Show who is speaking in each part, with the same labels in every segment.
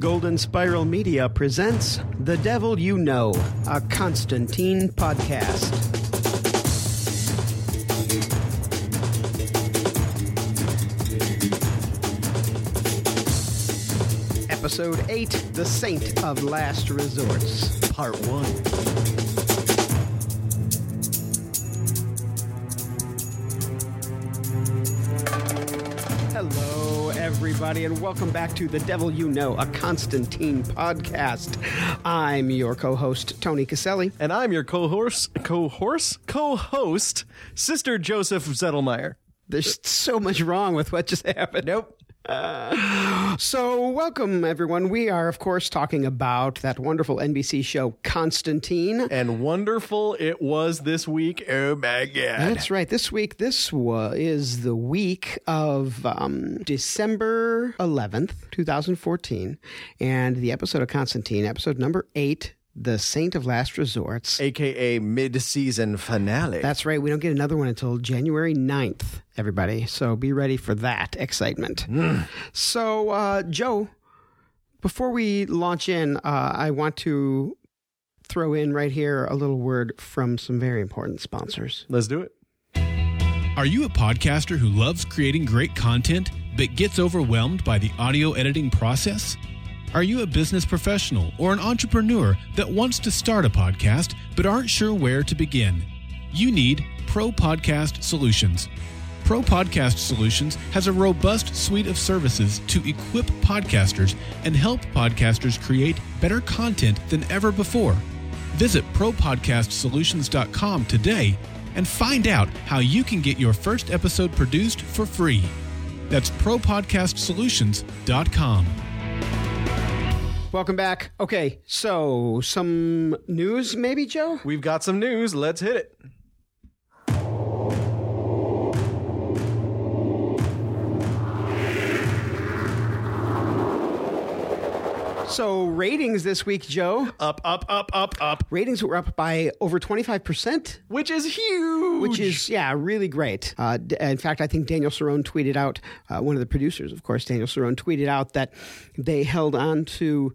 Speaker 1: Golden Spiral Media presents The Devil You Know, a Constantine podcast. Episode 8 The Saint of Last Resorts, Part 1. Hello, everybody, and welcome back to The Devil You Know, a Constantine podcast. I'm your co host, Tony Caselli.
Speaker 2: and I'm your co-horse, co-horse, co-host, Sister Joseph Zettelmeyer.
Speaker 1: There's so much wrong with what just happened. Uh,
Speaker 2: Nope.
Speaker 1: So, welcome, everyone. We are, of course, talking about that wonderful NBC show, Constantine.
Speaker 2: And wonderful it was this week. Oh my god!
Speaker 1: That's right. This week, this wa- is the week of um, December 11th, 2014, and the episode of Constantine, episode number eight, The Saint of Last Resorts.
Speaker 2: AKA mid-season finale.
Speaker 1: That's right. We don't get another one until January 9th, everybody. So be ready for that excitement. So, uh, Joe, before we launch in, uh, I want to throw in right here a little word from some very important sponsors.
Speaker 2: Let's do it.
Speaker 3: Are you a podcaster who loves creating great content but gets overwhelmed by the audio editing process? Are you a business professional or an entrepreneur that wants to start a podcast but aren't sure where to begin? You need Pro Podcast Solutions. Pro Podcast Solutions has a robust suite of services to equip podcasters and help podcasters create better content than ever before. Visit ProPodcastSolutions.com today and find out how you can get your first episode produced for free. That's ProPodcastSolutions.com.
Speaker 1: Welcome back. Okay, so some news, maybe, Joe?
Speaker 2: We've got some news. Let's hit it.
Speaker 1: So, ratings this week, Joe.
Speaker 2: Up, up, up, up, up.
Speaker 1: Ratings were up by over 25%,
Speaker 2: Which is huge.
Speaker 1: which is, yeah, really great. Uh, d- in fact, I think Daniel Cerrone tweeted out, uh, one of the producers, of course, Daniel Cerrone tweeted out that they held on to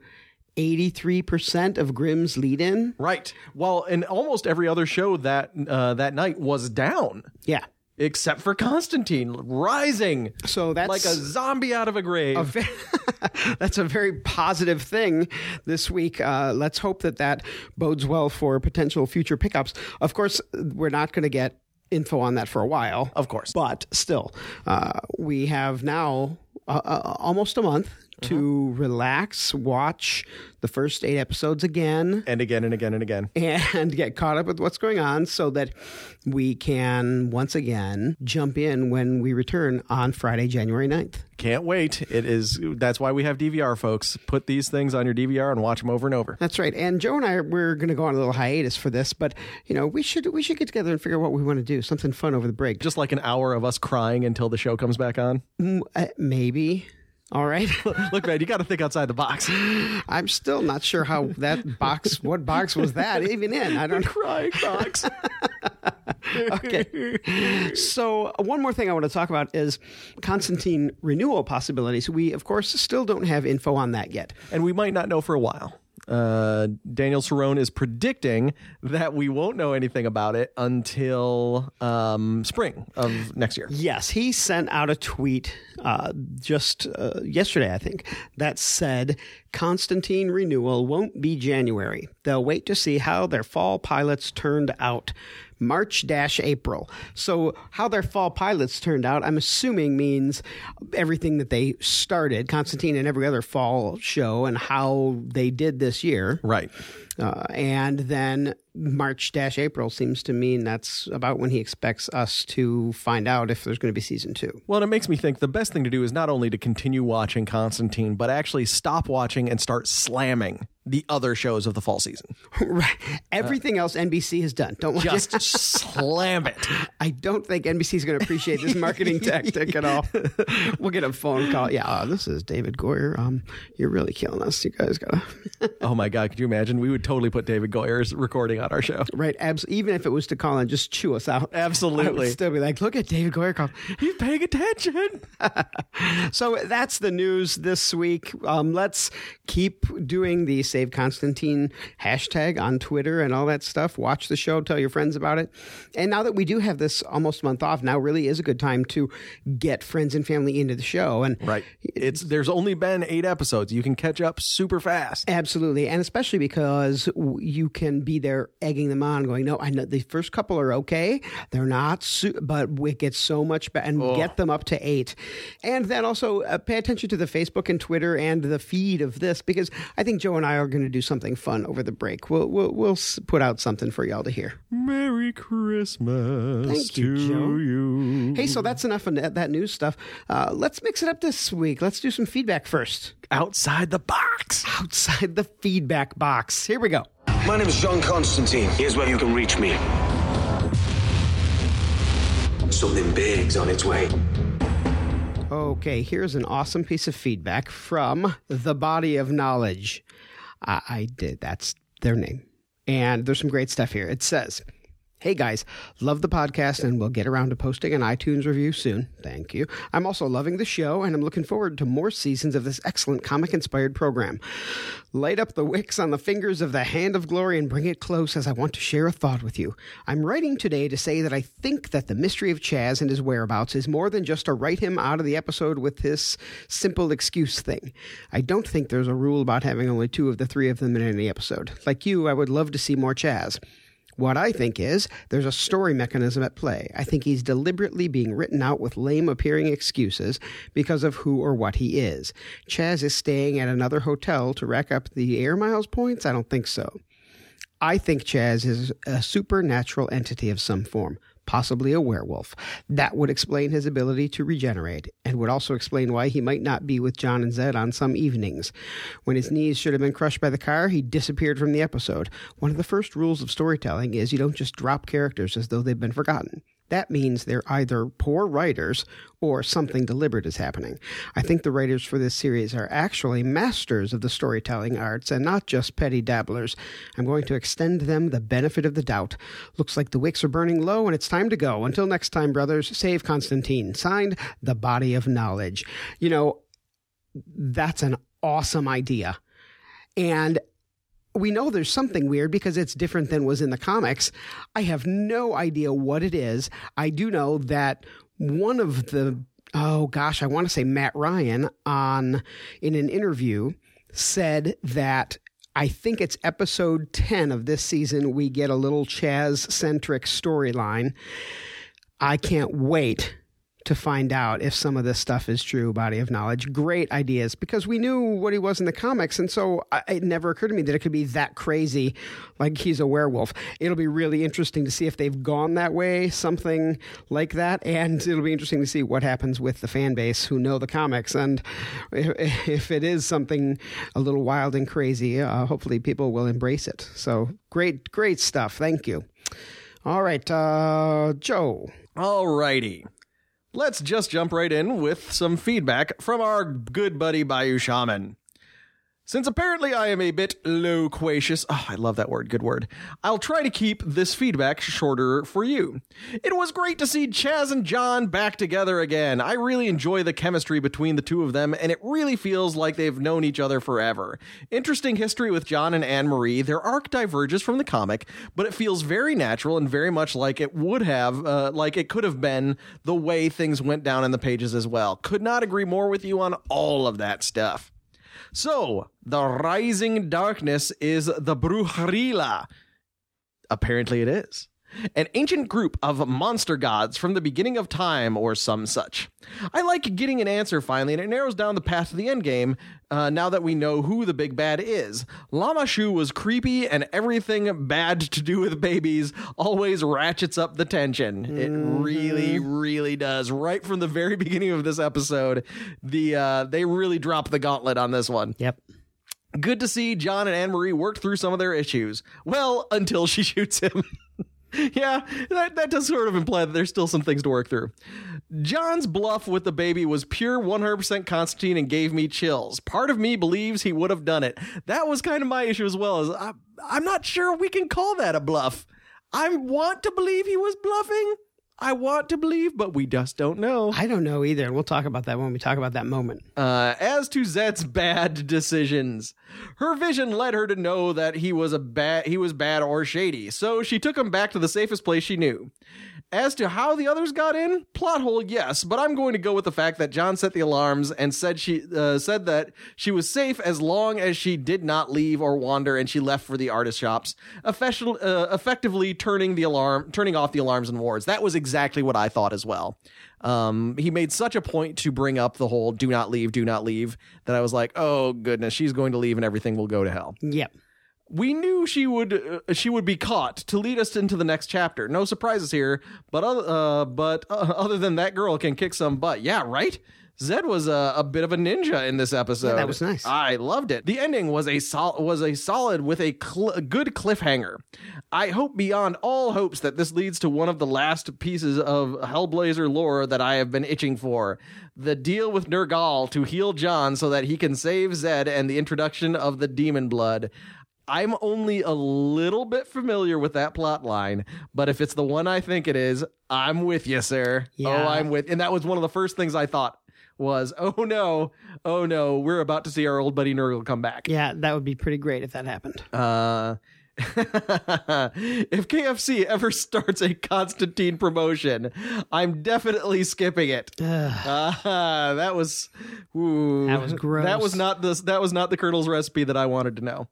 Speaker 1: 83% of Grimm's lead in.
Speaker 2: right. Well, and almost every other show that uh, that night was down,
Speaker 1: Yeah.
Speaker 2: except for Constantine rising
Speaker 1: So that's
Speaker 2: like a zombie out of a grave.
Speaker 1: a ve- that's a very positive thing this week. Uh, let's hope that that bodes well for potential future pickups. Of course, we're not going to get info on that for a while,
Speaker 2: of course.
Speaker 1: but still, uh, we have now uh, uh, almost a month to
Speaker 2: Uh-huh.
Speaker 1: relax, watch the first eight episodes again.
Speaker 2: and again and again and again.
Speaker 1: And get caught up with what's going on so that we can once again jump in when we return on Friday, January 9th.
Speaker 2: Can't wait. It is that's why we have DVR folks. Put these things on your DVR and watch them over and over.
Speaker 1: That's right. And Joe and I we're going to go on a little hiatus for this, but you know, we should we should get together and figure out what we want to do, something fun over the break.
Speaker 2: Just like an hour of us crying until the show comes back on.
Speaker 1: Mm, uh, maybe. All right.
Speaker 2: Look, man, you got to think outside the box.
Speaker 1: I'm still not sure how that box what box was that even in. I don't
Speaker 2: crying box.
Speaker 1: okay. So, one more thing I want to talk about is Constantine renewal possibilities. We of course still don't have info on that yet.
Speaker 2: and we might not know for a while. Uh, Daniel Cerrone is predicting that we won't know anything about it until um, spring of next year.
Speaker 1: Yes, he sent out a tweet uh, just uh, yesterday, I think, that said Constantine renewal won't be January. They'll wait to see how their fall pilots turned out. March dash April. So, how their fall pilots turned out, I'm assuming means everything that they started, Constantine and every other fall show, and how they did this year.
Speaker 2: Right.
Speaker 1: Uh, and then March dash April seems to mean that's about when he expects us to find out if there's going to be season two.
Speaker 2: Well, and it makes me think the best thing to do is not only to continue watching Constantine, but actually stop watching and start slamming the other shows of the fall season.
Speaker 1: right. Everything else NBC has done. Don't
Speaker 2: Uh, Just slam it.
Speaker 1: I don't think NBC's going to appreciate this marketing tactic at all. we'll get a phone call. Yeah, uh, this is David Goyer. Um, you're really killing us. You guys gotta
Speaker 2: Oh my God, could you imagine? We would totally put David Goyer's recording on our show.
Speaker 1: right. Abs- even if it was to call and just chew us out, I would
Speaker 2: Absolutely.
Speaker 1: still be like, look at David Goyer call.
Speaker 2: He's paying attention.
Speaker 1: So that's the news this week. Um, let's keep doing the Save Constantine hashtag on Twitter and all that stuff. Watch the show, tell your friends about it. And now that we do have this almost month off, now really is a good time to get friends and family into the show. And
Speaker 2: Right. It's there's only been eight episodes. You can catch up super fast.
Speaker 1: Absolutely, and especially because w- you can be there egging them on, going, "No, I know the first couple are okay. They're not, su- but we get so much better and get them up to eight. And then also uh, pay attention to the Facebook and Twitter and the feed of this because I think Joe and I are going to do something fun over the break. We'll we'll, we'll s- put out something for y'all to hear.
Speaker 2: Merry Christmas
Speaker 1: Thank you,
Speaker 2: to
Speaker 1: Joe.
Speaker 2: you.
Speaker 1: Hey, so that's enough of that that news stuff. Uh, let's mix it up this week. Let's do some feedback first
Speaker 2: Outside the box.
Speaker 1: outside the feedback box. Here we go.
Speaker 4: My name is John Constantine. Here's where you can reach me. Something big's on its way.
Speaker 1: Okay, here's an awesome piece of feedback from the Body of Knowledge. I, I did. That's their name. And there's some great stuff here. It says, Hey guys, love the podcast and we'll get around to posting an iTunes review soon. Thank you. I'm also loving the show and I'm looking forward to more seasons of this excellent comic inspired program. Light up the wicks on the fingers of the hand of glory and bring it close as I want to share a thought with you. I'm writing today to say that I think that the mystery of Chaz and his whereabouts is more than just to write him out of the episode with this simple excuse thing. I don't think there's a rule about having only two of the three of them in any episode. Like you, I would love to see more Chaz. What I think is, there's a story mechanism at play. I think he's deliberately being written out with lame appearing excuses because of who or what he is. Chaz is staying at another hotel to rack up the air miles points? I don't think so. I think Chaz is a supernatural entity of some form, possibly a werewolf. That would explain his ability to regenerate, and would also explain why he might not be with John and Zed on some evenings. When his knees should have been crushed by the car, he disappeared from the episode. One of the first rules of storytelling is you don't just drop characters as though they've been forgotten. That means they're either poor writers or something deliberate is happening. I think the writers for this series are actually masters of the storytelling arts and not just petty dabblers. I'm going to extend them the benefit of the doubt. Looks like the wicks are burning low and it's time to go. Until next time, brothers, save Constantine. Signed, The Body of Knowledge. You know, that's an awesome idea. And we know there's something weird because it's different than was in the comics. I have no idea what it is. I do know that one of the oh gosh, I want to say Matt Ryan on in an interview said that I think it's episode 10 of this season we get a little Chaz centric storyline. I can't wait to find out if some of this stuff is true body of knowledge great ideas because we knew what he was in the comics and so I, it never occurred to me that it could be that crazy like he's a werewolf it'll be really interesting to see if they've gone that way something like that and it'll be interesting to see what happens with the fan base who know the comics and if, if it is something a little wild and crazy uh, hopefully people will embrace it so great great stuff thank you all right uh, joe
Speaker 2: Alrighty. Let's just jump right in with some feedback from our good buddy Bayou Shaman. Since apparently I am a bit loquacious, oh, I love that word, good word, I'll try to keep this feedback shorter for you. It was great to see Chaz and John back together again. I really enjoy the chemistry between the two of them, and it really feels like they've known each other forever. Interesting history with John and Anne Marie. Their arc diverges from the comic, but it feels very natural and very much like it would have, uh, like it could have been the way things went down in the pages as well. Could not agree more with you on all of that stuff. So, the rising darkness is the Brujarila. Apparently, it is. An ancient group of monster gods from the beginning of time, or some such. I like getting an answer finally, and it narrows down the path to the endgame uh, now that we know who the big bad is. Lama Shu was creepy, and everything bad to do with babies always ratchets up the tension. It really, really does. Right from the very beginning of this episode, the uh, they really drop the gauntlet on this one.
Speaker 1: yep
Speaker 2: Good to see John and Anne Marie worked through some of their issues. Well, until she shoots him. yeah, that, that does sort of imply that there's still some things to work through. John's bluff with the baby was pure 100% Constantine and gave me chills. Part of me believes he would have done it. That was kind of my issue as well. Is I, I'm not sure we can call that a bluff. I want to believe he was bluffing. I want to believe, but we just don't know.
Speaker 1: I don't know either. And we'll talk about that when we talk about that moment.
Speaker 2: Uh, as to Zet's bad decisions, her vision led her to know that he was a bad he was bad or shady. So she took him back to the safest place she knew. As to how the others got in, plot hole, yes, but I'm going to go with the fact that John set the alarms and said she uh, said that she was safe as long as she did not leave or wander, and she left for the artist shops, effectual- uh, effectively turning the alarm, turning off the alarms and wards. That was exactly what I thought as well. Um, he made such a point to bring up the whole "do not leave, do not leave" that I was like, oh goodness, she's going to leave, and everything will go to hell
Speaker 1: Yep.
Speaker 2: we knew she would uh, she would be caught to lead us into the next chapter. No surprises here, but oth- uh, but uh, other than that girl can kick some butt. Yeah, right. Zed was a, a bit of a ninja in this episode.
Speaker 1: that was nice.
Speaker 2: I loved it. The ending was a sol- was a solid with a, cl- a good cliffhanger. I hope beyond all hopes that this leads to one of the last pieces of Hellblazer lore that I have been itching for: the deal with Nergal to heal John so that he can save Zed, and the introduction of the demon blood. I'm only a little bit familiar with that plot line, but if it's the one I think it is, I'm with you, sir.
Speaker 1: Yeah.
Speaker 2: Oh, I'm with. And that was one of the first things I thought was, "Oh no, oh no, we're about to see our old buddy Nurgle come back."
Speaker 1: Yeah, that would be pretty great if that happened.
Speaker 2: Uh, if KFC ever starts a Constantine promotion, I'm definitely skipping it. Uh, that was ooh,
Speaker 1: That was gross.
Speaker 2: That was not the that was not the Colonel's recipe that I wanted to know.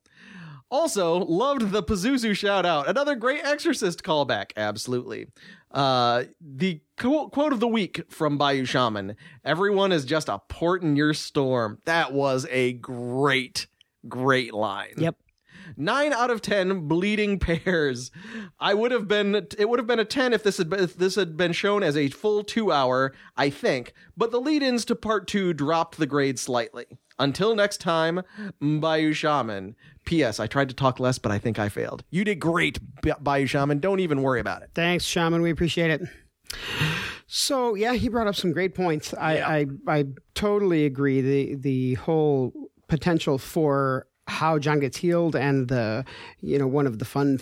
Speaker 2: Also, loved the Pazuzu shout out. Another great Exorcist callback. Absolutely. Uh, the quote, quote of the week from Bayou Shaman Everyone is just a port in your storm. That was a great, great line
Speaker 1: Yep.
Speaker 2: nine out of ten bleeding pairs. I would have been it would have been a ten if this had been, if this had been shown as a full two hour, I think. But the lead-ins to part two dropped the grade slightly. Until next time, Bayou Shaman. P.S. I tried to talk less, but I think I failed. You did great, B- Bayou Shaman. Don't even worry about it.
Speaker 1: Thanks, Shaman. We appreciate it. So yeah, he brought up some great points. I I, I totally agree. The the whole potential for how John gets healed and the you know one of the fun.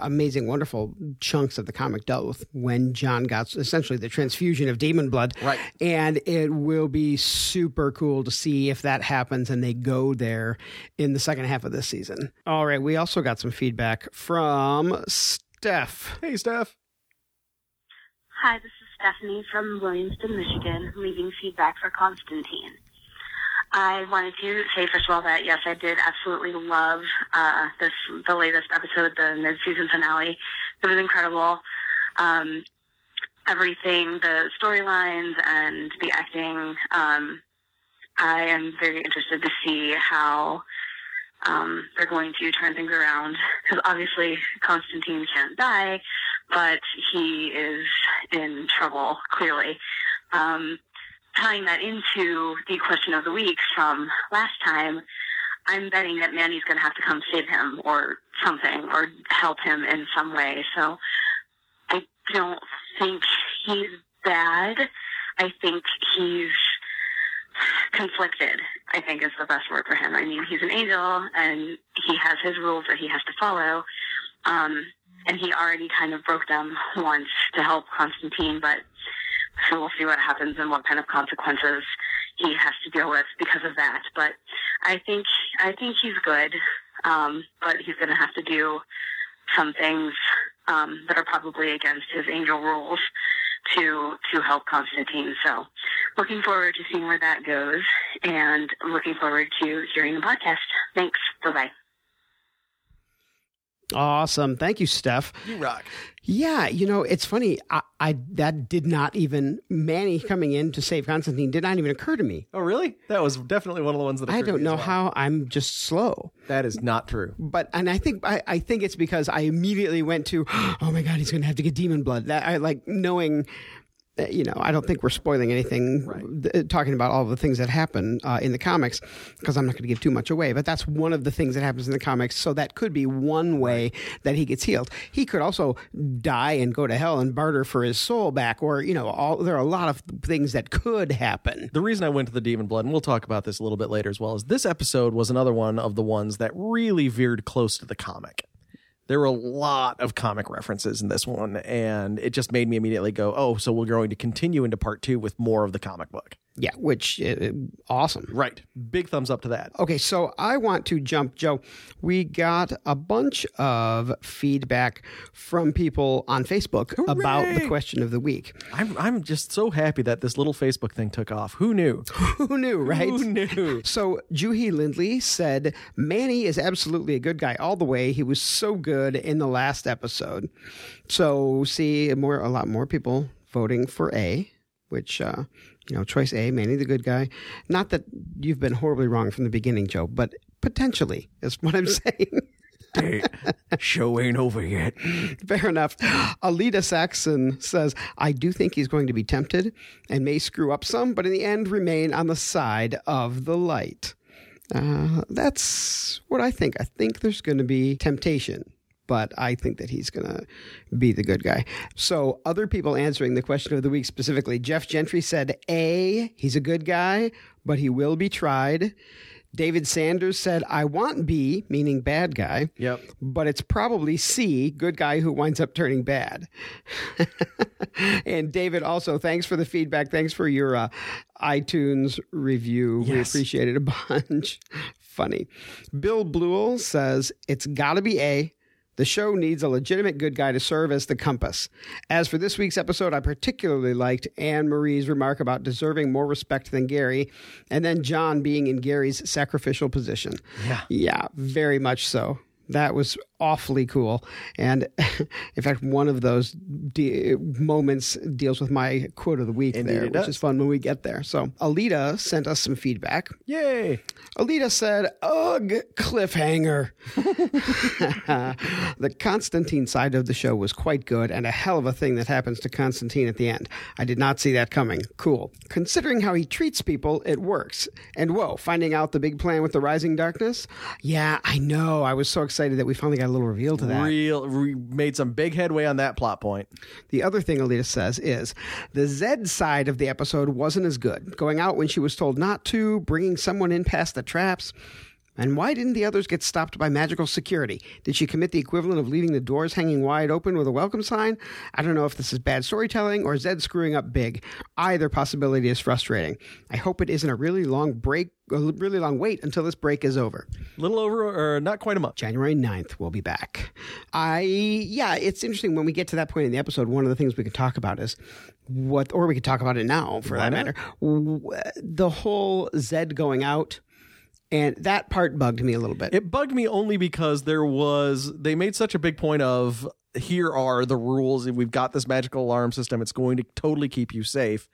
Speaker 1: Amazing, wonderful chunks of the comic dealt with when John got essentially the transfusion of demon blood.
Speaker 2: Right.
Speaker 1: And it will be super cool to see if that happens and they go there in the second half of this season. All right. We also got some feedback from Steph.
Speaker 2: Hey, Steph.
Speaker 5: Hi, this is Stephanie from Williamston, Michigan, leaving feedback for Constantine. I wanted to say first of all that yes, I did absolutely love uh, this the latest episode, the mid-season finale. It was incredible. Um, everything, the storylines and the acting. Um, I am very interested to see how um, they're going to turn things around because obviously Constantine can't die, but he is in trouble clearly. Um, tying that into the question of the week from last time, I'm betting that Manny's going to have to come save him or something or help him in some way. So I don't think he's bad. I think he's conflicted, I think is the best word for him. I mean, he's an angel and he has his rules that he has to follow. Um, and he already kind of broke them once to help Constantine, but so we'll see what happens and what kind of consequences he has to deal with because of that. But I think, I think he's good. Um, but he's going to have to do some things, um, that are probably against his angel rules to, to help Constantine. So, looking forward to seeing where that goes and looking forward to hearing the podcast. Thanks. Bye bye.
Speaker 1: Awesome. Thank you, Steph.
Speaker 2: You rock.
Speaker 1: Yeah, you know, it's funny. I, I that did not even Manny coming in to save Constantine did not even occur to me.
Speaker 2: Oh, really? That was definitely one of the ones that
Speaker 1: I
Speaker 2: occurred to
Speaker 1: don't
Speaker 2: me
Speaker 1: know
Speaker 2: as well.
Speaker 1: how I'm just slow.
Speaker 2: That is not true.
Speaker 1: But and I think I, I think it's because I immediately went to, oh my god, he's gonna have to get demon blood. That I like knowing uh, you know, I don't think we're spoiling anything uh, th- talking about all the things that happen uh, in the comics because I'm not going to give too much away. But that's one of the things that happens in the comics. So that could be one way that he gets healed. He could also die and go to hell and barter for his soul back, or you know, all there are a lot of things that could happen.
Speaker 2: The reason I went to the Demon Blood, and we'll talk about this a little bit later as well, is this episode was another one of the ones that really veered close to the comic. There were a lot of comic references in this one, and it just made me immediately go, oh, so we're going to continue into part two with more of the comic book.
Speaker 1: Yeah, which uh, awesome.
Speaker 2: Right. Big thumbs up to that.
Speaker 1: Okay, so I want to jump, Joe. We got a bunch of feedback from people on Facebook about the question of the week.
Speaker 2: I'm, I'm just so happy that this little Facebook thing took off. Who knew?
Speaker 1: Who knew, right?
Speaker 2: Who knew?
Speaker 1: So Juhi Lindley said Manny is absolutely a good guy all the way. He was so good in the last episode. So see more a lot more people voting for A, which uh, you know choice A, Manny the good guy. Not that you've been horribly wrong from the beginning, Joe, but potentially is what I'm saying.
Speaker 2: Show ain't over yet.
Speaker 1: Fair enough. Alita Saxon says, I do think he's going to be tempted and may screw up some, but in the end remain on the side of the light. Uh, that's what I think. I think there's going to be temptation, but I think that he's going to be the good guy. So, other people answering the question of the week specifically Jeff Gentry said, A, he's a good guy, but he will be tried. David Sanders said, I want B, meaning bad guy
Speaker 2: Yep.
Speaker 1: but it's probably C, good guy who winds up turning bad. and David, also, thanks for the feedback. Thanks for your uh, iTunes review. We
Speaker 2: Yes.
Speaker 1: appreciate it a bunch. Funny. Bill Bluel says, It's got to be A. The show needs a legitimate good guy to serve as the compass. As for this week's episode, I particularly liked Anne Marie's remark about deserving more respect than Gary, and then John being in Gary's sacrificial position.
Speaker 2: Yeah.
Speaker 1: Yeah, very much so. That was awfully cool. And in fact, one of those de- moments deals with my quote of the week
Speaker 2: Indeed
Speaker 1: there,
Speaker 2: it
Speaker 1: which
Speaker 2: does.
Speaker 1: is fun when we get there. So, Alita sent us some feedback.
Speaker 2: Yay.
Speaker 1: Alita said, Ugh, cliffhanger. the Constantine side of the show was quite good and a hell of a thing that happens to Constantine at the end. I did not see that coming. Cool. Considering how he treats people, it works. And whoa, finding out the big plan with the rising darkness? Yeah, I know. I was so excited that we finally got a little reveal to that.
Speaker 2: Real, re- made some big headway on that plot point.
Speaker 1: The other thing Alita says is the Zed side of the episode wasn't as good. Going out when she was told not to, bringing someone in past the traps. And why didn't the others get stopped by magical security? Did she commit the equivalent of leaving the doors hanging wide open with a welcome sign? I don't know if this is bad storytelling or Zed screwing up big. Either possibility is frustrating. I hope it isn't a really long break, a really long wait until this break is over.
Speaker 2: little over, or not quite a month.
Speaker 1: January 9th, we'll be back. I, yeah, it's interesting when we get to that point in the episode, one of the things we could talk about is what, or we could talk about it now for that matter. W- The whole Zed going out, and that part bugged me a little bit.
Speaker 2: It bugged me only because there was they made such a big point of here are the rules and we've got this magical alarm system it's going to totally keep you safe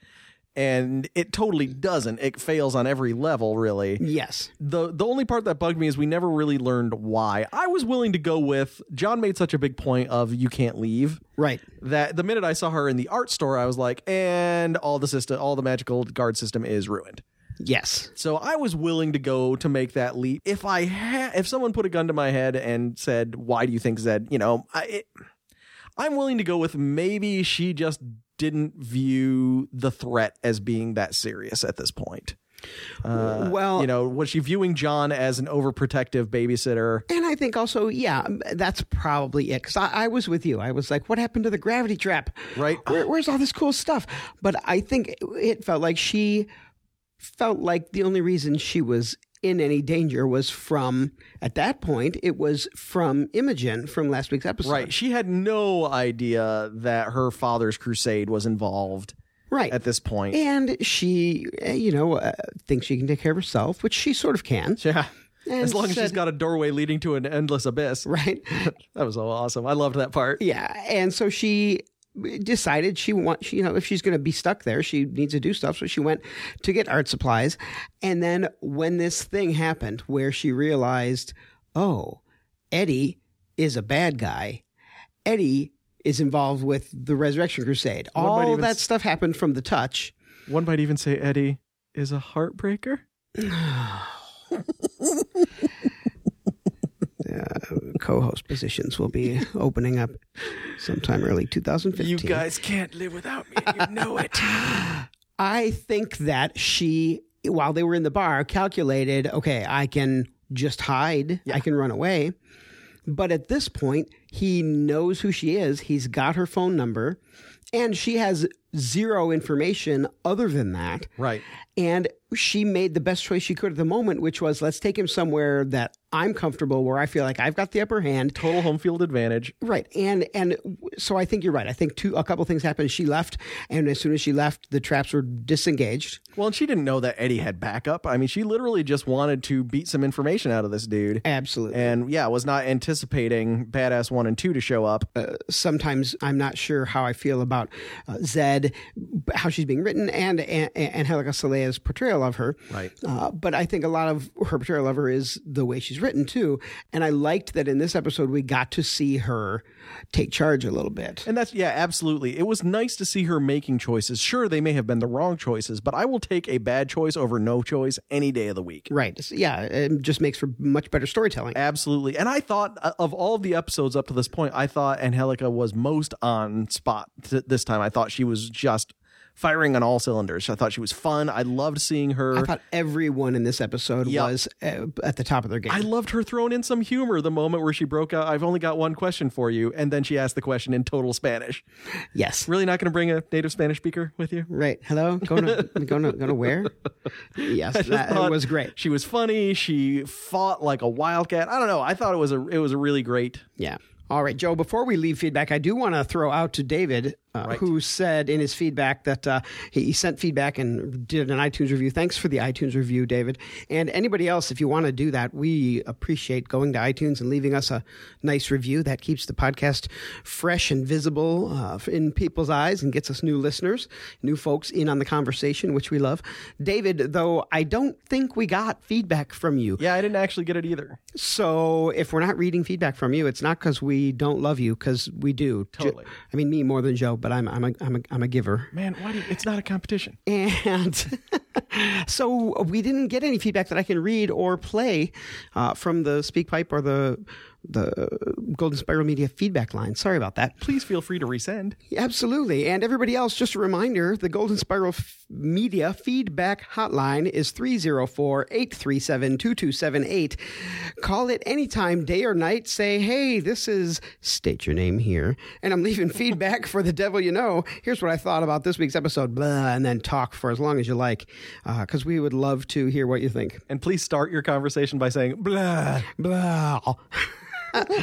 Speaker 2: and it totally doesn't it fails on every level really
Speaker 1: yes.
Speaker 2: the the only part that bugged me is we never really learned why i was willing to go with john made such a big point of you can't leave
Speaker 1: Right.
Speaker 2: that the minute i saw her in the art store i was like and all the system all the magical guard system is ruined
Speaker 1: Yes.
Speaker 2: so I was willing to go to make that leap. If I had, if someone put a gun to my head and said, "Why do you think Zed?" You know, I, it, I'm willing to go with maybe she just didn't view the threat as being that serious at this point. Uh,
Speaker 1: Well-
Speaker 2: you know, was she viewing John as an overprotective babysitter?
Speaker 1: And I think also, yeah, um, that's probably it. Because I, I was with you. I was like, what happened to the gravity trap?
Speaker 2: Right.
Speaker 1: Where, where's all this cool stuff? But I think it, it felt like she felt like the only reason she was in any danger was from, at that point, it was from Imogen from last week's episode.
Speaker 2: Right. She had no idea that her father's crusade was involved
Speaker 1: Right.
Speaker 2: at this point.
Speaker 1: and she, eh, you know, uh, thinks she can take care of herself, which she sort of can.
Speaker 2: yeah.
Speaker 1: And
Speaker 2: As long as she's
Speaker 1: said-
Speaker 2: got a doorway leading to an endless abyss.
Speaker 1: Right.
Speaker 2: That was so awesome. I loved that part.
Speaker 1: Yeah, and so she decided she wants you know if she's going to be stuck there she needs to do stuff so she went to get art supplies and then when this thing happened where she realized oh eddie is a bad guy eddie is involved with the Resurrection Crusade.
Speaker 2: One might
Speaker 1: All
Speaker 2: even
Speaker 1: that
Speaker 2: s-
Speaker 1: stuff happened from the touch.
Speaker 2: One might even say Eddie is a heartbreaker.
Speaker 1: Uh, Co-host positions will be opening up sometime early 2015.
Speaker 2: You guys can't live without me. and You know it.
Speaker 1: I think that she, while they were in the bar, calculated, okay, I can just hide, I can run away. But at this point, he knows who she is. He's got her phone number, and she has zero information other than that.
Speaker 2: right.
Speaker 1: And she made the best choice she could at the moment, which was let's take him somewhere that I'm comfortable, where I feel like I've got the upper hand.
Speaker 2: Total home field advantage.
Speaker 1: Right, and and so I think you're right. I think two a couple things happened. She left, and as soon as she left, the traps were disengaged.
Speaker 2: Well, and she didn't know that Eddie had backup. I mean, she literally just wanted to beat some information out of this dude.
Speaker 1: Absolutely.
Speaker 2: And yeah, was not anticipating Badass 1 and 2 to show up.
Speaker 1: Sometimes I'm not sure how I feel about uh, Zed, b- how she's being written, and, and and Angelica Solea's portrayal of her.
Speaker 2: Right.
Speaker 1: Uh, but I think a lot of her portrayal of her is the way she's written too. And I liked that in this episode we got to see her take charge a little bit.
Speaker 2: And that's, yeah, absolutely. It was nice to see her making choices. Sure, they may have been the wrong choices, but I will take a bad choice over no choice any day of the week.
Speaker 1: Right. Yeah. It just makes for much better storytelling.
Speaker 2: Absolutely. And I thought uh, of all of the episodes up to this point, I thought Angelica was most on spot th- this time. I thought she was just firing on all cylinders. I thought she was fun. I loved seeing her.
Speaker 1: I thought everyone in this episode
Speaker 2: Yeah.
Speaker 1: was uh, at the top of their game.
Speaker 2: I loved her throwing in some humor the moment where she broke out, I've only got one question for you. And then she asked the question in total Spanish.
Speaker 1: yes.
Speaker 2: Really not going to bring a native Spanish speaker with you?
Speaker 1: Right. Hello. Going to going to going to where? Yes, that
Speaker 2: thought
Speaker 1: was great.
Speaker 2: She was funny. She fought like a wildcat. I don't know. I thought it was a it was a really great.
Speaker 1: Yeah. All right, Joe, before we leave feedback, I do want to throw out to David, uh, who said in his feedback that uh, he he sent feedback and did an iTunes review. Thanks for the iTunes review, David. And anybody else, if you want to do that, we appreciate going to iTunes and leaving us a nice review. That keeps the podcast fresh and visible uh, in people's eyes and gets us new listeners, new folks in on the conversation, which we love. David, though, I don't think we got feedback from you.
Speaker 2: Yeah, I didn't actually get it either.
Speaker 1: So if we're not reading feedback from you, it's not because we don't love you, because we do. Jo-
Speaker 2: Totally.
Speaker 1: I mean, me more than Joe, but I'm I'm a I'm a, I'm a giver.
Speaker 2: Man, why do you, it's not a competition?
Speaker 1: And so we didn't get any feedback that I can read or play uh, from the SpeakPipe or the the Golden Spiral Media feedback line. Sorry about that.
Speaker 2: Please feel free to resend.
Speaker 1: Absolutely. And everybody else, just a reminder the Golden Spiral F- Media feedback hotline is 304 837 2278. Call it anytime, day or night. Say, hey, this is, state your name here, and I'm leaving feedback for the devil you know. Here's what I thought about this week's episode, blah, and then talk for as long as you like, because we would love to hear what you think.
Speaker 2: And please start your conversation by saying blah.
Speaker 1: Blah.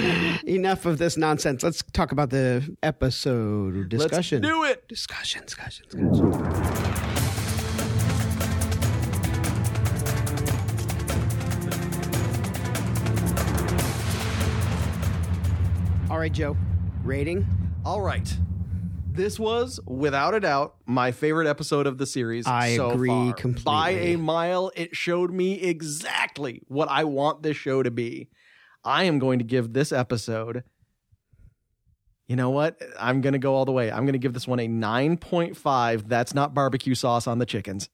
Speaker 1: Enough of this nonsense. Let's talk about the episode discussion.
Speaker 2: Let's do it.
Speaker 1: Discussion, discussion, discussion. All right, Joe. Rating?
Speaker 2: All right. This was, without a doubt, my favorite episode of the series.
Speaker 1: I
Speaker 2: so
Speaker 1: agree
Speaker 2: far.
Speaker 1: completely.
Speaker 2: By a mile, it showed me exactly what I want this show to be. I am going to give this episode. You know what? I'm going to go all the way. I'm going to give this one a 9.5. That's not barbecue sauce on the chickens.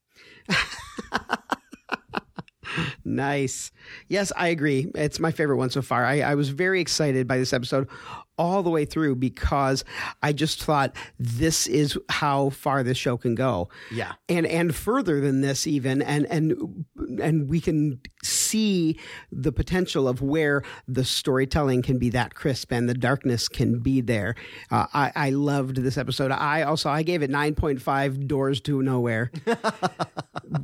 Speaker 1: Nice. Yes, I agree. It's my favorite one so far. I, I was very excited by this episode all the way through because I just thought this is how far this show can go.
Speaker 2: Yeah.
Speaker 1: and and further than this even and and and we can see the potential of where the storytelling can be that crisp and the darkness can be there uh, I, I loved this episode i also i gave it 9.5 doors to nowhere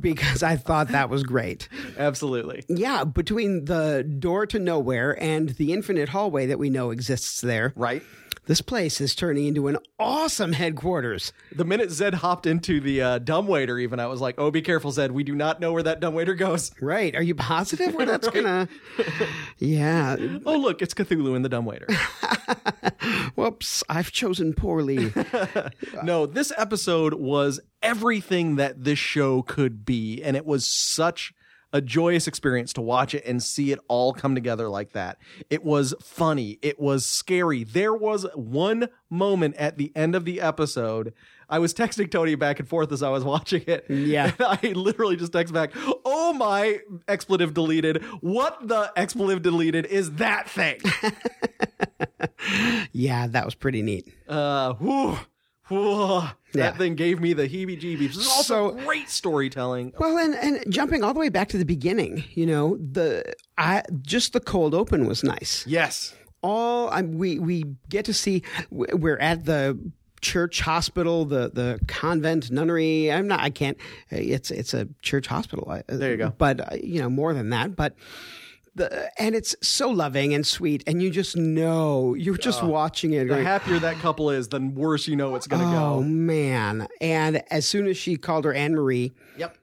Speaker 1: because i thought that was great
Speaker 2: Absolutely.
Speaker 1: yeah between the door to nowhere and the infinite hallway that we know exists there
Speaker 2: Right?
Speaker 1: this place is turning into an awesome headquarters
Speaker 2: The minute Zed hopped into the uh, dumbwaiter, even, I was like, oh, be careful, Zed. We do not know where that dumbwaiter goes.
Speaker 1: Right. Are you positive where that's gonna Yeah.
Speaker 2: Oh, look, it's Cthulhu in the dumbwaiter.
Speaker 1: Whoops, I've chosen poorly.
Speaker 2: No, this episode was everything that this show could be, and it was such a joyous experience to watch it and see it all come together like that. It was funny. It was scary. There was one moment at the end of the episode. I was texting Tony back and forth as I was watching it.
Speaker 1: Yeah.
Speaker 2: And I literally just text back, oh my expletive deleted. What the expletive deleted is that thing?
Speaker 1: Yeah, that was pretty neat.
Speaker 2: uh, whew, whew.
Speaker 1: Yeah.
Speaker 2: That thing gave me the heebie jeebies. This is also
Speaker 1: So-
Speaker 2: great storytelling.
Speaker 1: Well, and, and jumping all the way back to the beginning, you know, the I just the cold open was nice.
Speaker 2: Yes.
Speaker 1: all I, we we get to see w- we're at the church hospital the the convent nunnery i'm not i can't it's it's a church hospital I-
Speaker 2: There you go.
Speaker 1: but uh, you know more than that but the and it's so loving and sweet and you just know you're just watching it
Speaker 2: The
Speaker 1: going,
Speaker 2: happier that couple is, the worse you know it's going Oh, to
Speaker 1: oh
Speaker 2: go.
Speaker 1: man and as soon as she called her anne marie
Speaker 2: Yep.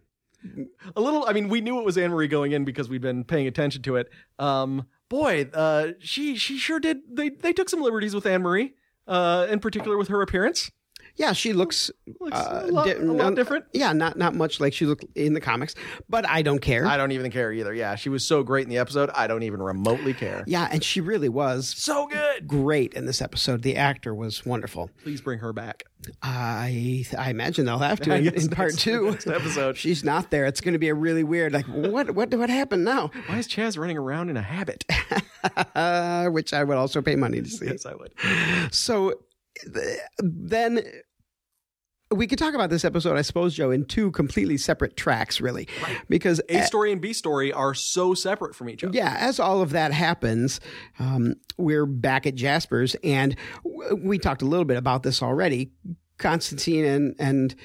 Speaker 2: A little. I mean, we knew it was Anne Marie going in because we'd been paying attention to it. Um, boy, uh, she she sure did. They they took some liberties with Anne Marie, uh, in particular with her appearance.
Speaker 1: yeah she looks
Speaker 2: Looks
Speaker 1: uh,
Speaker 2: a, lot,
Speaker 1: di-
Speaker 2: a lot
Speaker 1: uh,
Speaker 2: different.
Speaker 1: yeah not not much like she looked in the comics but i don't care
Speaker 2: I don't even care either. Yeah, she was so great in the episode. I don't even remotely care.
Speaker 1: yeah and she really was
Speaker 2: So good.
Speaker 1: great in this episode. The actor was wonderful.
Speaker 2: Please bring her back.
Speaker 1: I I imagine they'll have to
Speaker 2: I
Speaker 1: in,
Speaker 2: guess
Speaker 1: in part
Speaker 2: next-
Speaker 1: two.
Speaker 2: next episode.
Speaker 1: She's not there. It's going to be a really weird. Like what what what happened now?
Speaker 2: Why is Chaz running around in a habit?
Speaker 1: Uh, which I would also pay money to see.
Speaker 2: yes, I would.
Speaker 1: So th- then. We could talk about this episode, I suppose, Joe, in two completely separate tracks, really, because
Speaker 2: A story and B story are so separate from each other.
Speaker 1: Yeah, as all of that happens, um, we're back at Jasper's, and w- we talked a little bit about this already. Constantine and and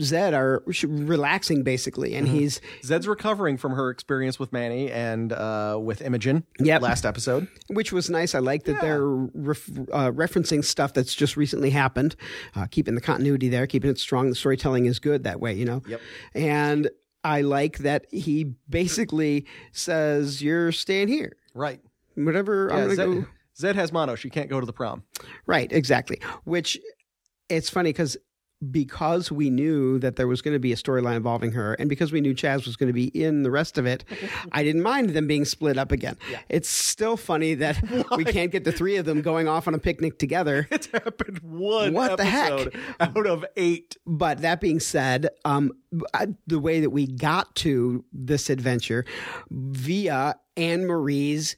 Speaker 1: Zed are sh- relaxing basically,
Speaker 2: Mm-hmm.
Speaker 1: and he's
Speaker 2: Zed's recovering from her experience with Manny and uh, with Imogen
Speaker 1: Yep.
Speaker 2: last episode.
Speaker 1: which was nice. I like that they're ref, uh, referencing stuff that's just recently happened, uh, keeping the continuity there, keeping it strong. The storytelling is good that way, you know.
Speaker 2: Yep.
Speaker 1: And I like that he basically says, "You're staying here,
Speaker 2: Right.
Speaker 1: whatever." I'm
Speaker 2: Yeah,
Speaker 1: gonna go.
Speaker 2: Zed, Zed has mono. She can't go to the prom.
Speaker 1: Right, exactly. Which it's funny because because we knew that there was going to be a storyline involving her, and because we knew Chaz was going to be in the rest of it, I didn't mind them being split up again. It's still funny that we can't get the three of them going off on a picnic together.
Speaker 2: It's happened one
Speaker 1: What the heck?
Speaker 2: episode out of eight.
Speaker 1: But that being said, um, I, the way that we got to this adventure via Anne Marie's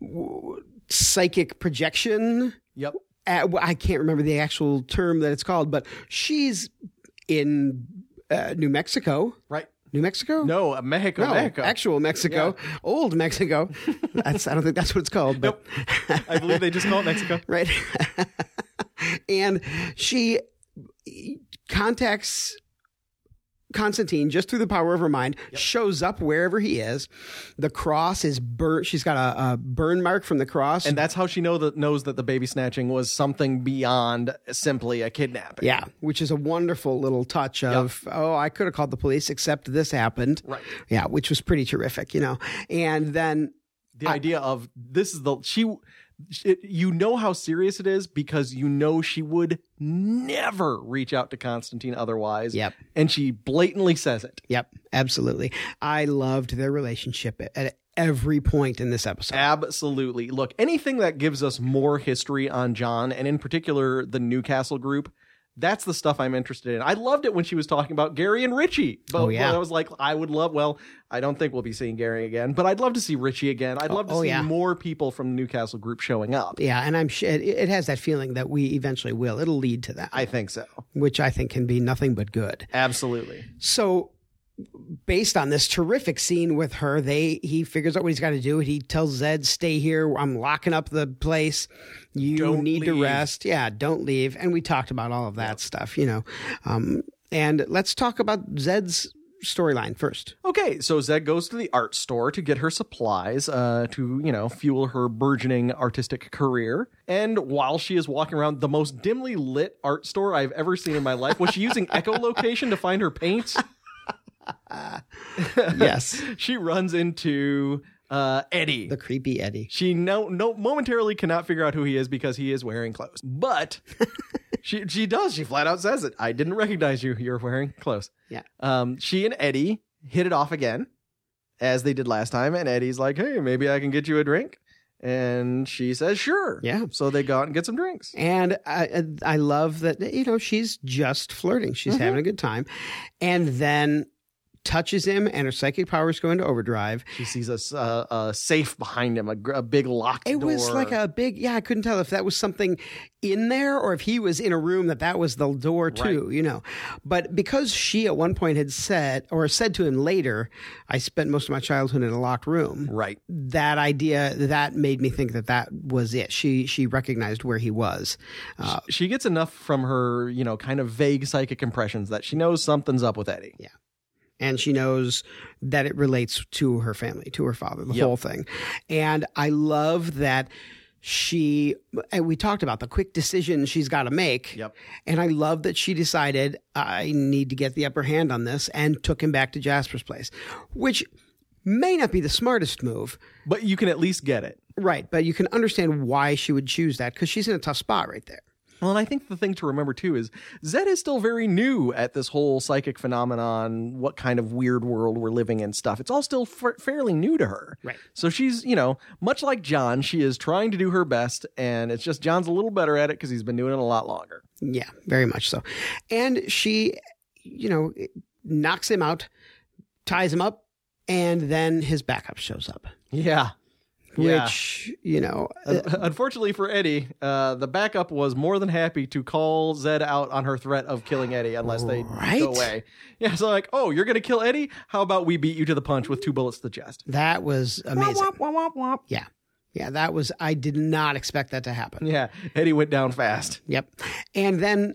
Speaker 1: w- psychic projection
Speaker 2: Yep.
Speaker 1: at, well, I can't remember the actual term that it's called, but she's in uh, New Mexico.
Speaker 2: Right.
Speaker 1: New Mexico?
Speaker 2: No, uh, Mexico.
Speaker 1: No,
Speaker 2: Mexico.
Speaker 1: actual Mexico, old Mexico. That's I don't think that's what it's called, but
Speaker 2: I believe they just call it Mexico.
Speaker 1: right. and she contacts Constantine just through the power of her mind, shows up wherever he is. The cross is burnt. She's got a, a burn mark from the cross.
Speaker 2: And that's how she know that knows that the baby snatching was something beyond simply a kidnapping.
Speaker 1: Yeah, which is a wonderful little touch of oh, I could have called the police except this happened.
Speaker 2: Right.
Speaker 1: Yeah, which was pretty terrific, you know. And then
Speaker 2: the idea of this is the she it, you know how serious it is because you know she would never reach out to Constantine otherwise.
Speaker 1: Yep.
Speaker 2: And she blatantly says it.
Speaker 1: yep, absolutely. I loved their relationship at, at every point in this episode.
Speaker 2: Absolutely. Look, anything that gives us more history on John and in particular the Newcastle group, that's the stuff I'm interested in. I loved it when she was talking about Gary and Richie. But
Speaker 1: Oh, yeah.
Speaker 2: I was like, I would love, well, I don't think we'll be seeing Gary again, but I'd love to see Richie again. I'd love to
Speaker 1: oh,
Speaker 2: see
Speaker 1: yeah.
Speaker 2: more people from the Newcastle group showing up.
Speaker 1: yeah, and I'm sure it, it has that feeling that we eventually will. It'll lead to that,
Speaker 2: I think so.
Speaker 1: which I think can be nothing but good.
Speaker 2: Absolutely.
Speaker 1: So based on this terrific scene with her, they he figures out what he's got to do. He tells Zed, "Stay here. I'm locking up the place. You
Speaker 2: Don't
Speaker 1: need to
Speaker 2: leave."
Speaker 1: rest. Yeah, don't leave." And we talked about all of that stuff, you know. Um, and let's talk about Zed's storyline first.
Speaker 2: Okay, so Zed goes to the art store to get her supplies uh, to, you know, fuel her burgeoning artistic career. And while she is walking around the most dimly lit art store I've ever seen in my life, was she using echolocation to find her paints?
Speaker 1: yes,
Speaker 2: She runs into uh, Eddie.
Speaker 1: the creepy Eddie.
Speaker 2: She no no momentarily cannot figure out who he is because he is wearing clothes. But she she does. She flat out says it. I didn't recognize you. You're wearing clothes.
Speaker 1: Yeah.
Speaker 2: Um. She and Eddie hit it off again. as they did last time. And Eddie's like, hey, maybe I can get you a drink. And she says, sure.
Speaker 1: Yeah.
Speaker 2: So they go out and get some drinks.
Speaker 1: And I, I love that, you know, she's just flirting. She's
Speaker 2: Mm-hmm.
Speaker 1: having a good time. And then touches him, and her psychic powers go into overdrive.
Speaker 2: She sees a, s- a- a safe behind him, a, gr- a big locked
Speaker 1: It
Speaker 2: door.
Speaker 1: was like a big, yeah, I couldn't tell if that was something in there or if he was in a room that that was the door too, you know. But because she at one point had said, or said to him later, I spent most of my childhood in a locked room.
Speaker 2: Right.
Speaker 1: that idea that made me think that that was it. She she recognized where he was. Uh,
Speaker 2: She gets enough from her, you know, kind of vague psychic impressions that she knows something's up with Eddie.
Speaker 1: and she knows that it relates to her family, to her father, the
Speaker 2: Yep.
Speaker 1: whole thing. And I love that she and we talked about the quick decision she's got to make.
Speaker 2: Yep.
Speaker 1: And I love that she decided I need to get the upper hand on this and took him back to Jasper's place, which may not be the smartest move,
Speaker 2: But you can at least get it.
Speaker 1: right? But you can understand why she would choose that because she's in a tough spot right there.
Speaker 2: Well, and I think the thing to remember too is Zed is still very new at this whole psychic phenomenon, what kind of weird world we're living in stuff. It's all still fa- fairly new to her.
Speaker 1: Right.
Speaker 2: So she's, you know, much like John, she is trying to do her best, and it's just John's a little better at it because he's been doing it a lot longer.
Speaker 1: Yeah, very much so. And she, you know, knocks him out, ties him up, and then his backup shows up,
Speaker 2: Yeah. Yeah.
Speaker 1: which, you know,
Speaker 2: Un- Unfortunately for Eddie, uh, the backup was more than happy to call Zed out on her threat of killing Eddie unless they
Speaker 1: Right.
Speaker 2: go away. Yeah, so like, oh, you're gonna kill Eddie? How about we beat you to the punch with two bullets to the chest?
Speaker 1: that was amazing.
Speaker 2: Womp, womp, womp, womp.
Speaker 1: Yeah. Yeah, that was, I did not expect that to happen.
Speaker 2: Yeah, Eddie went down fast.
Speaker 1: Yep. And then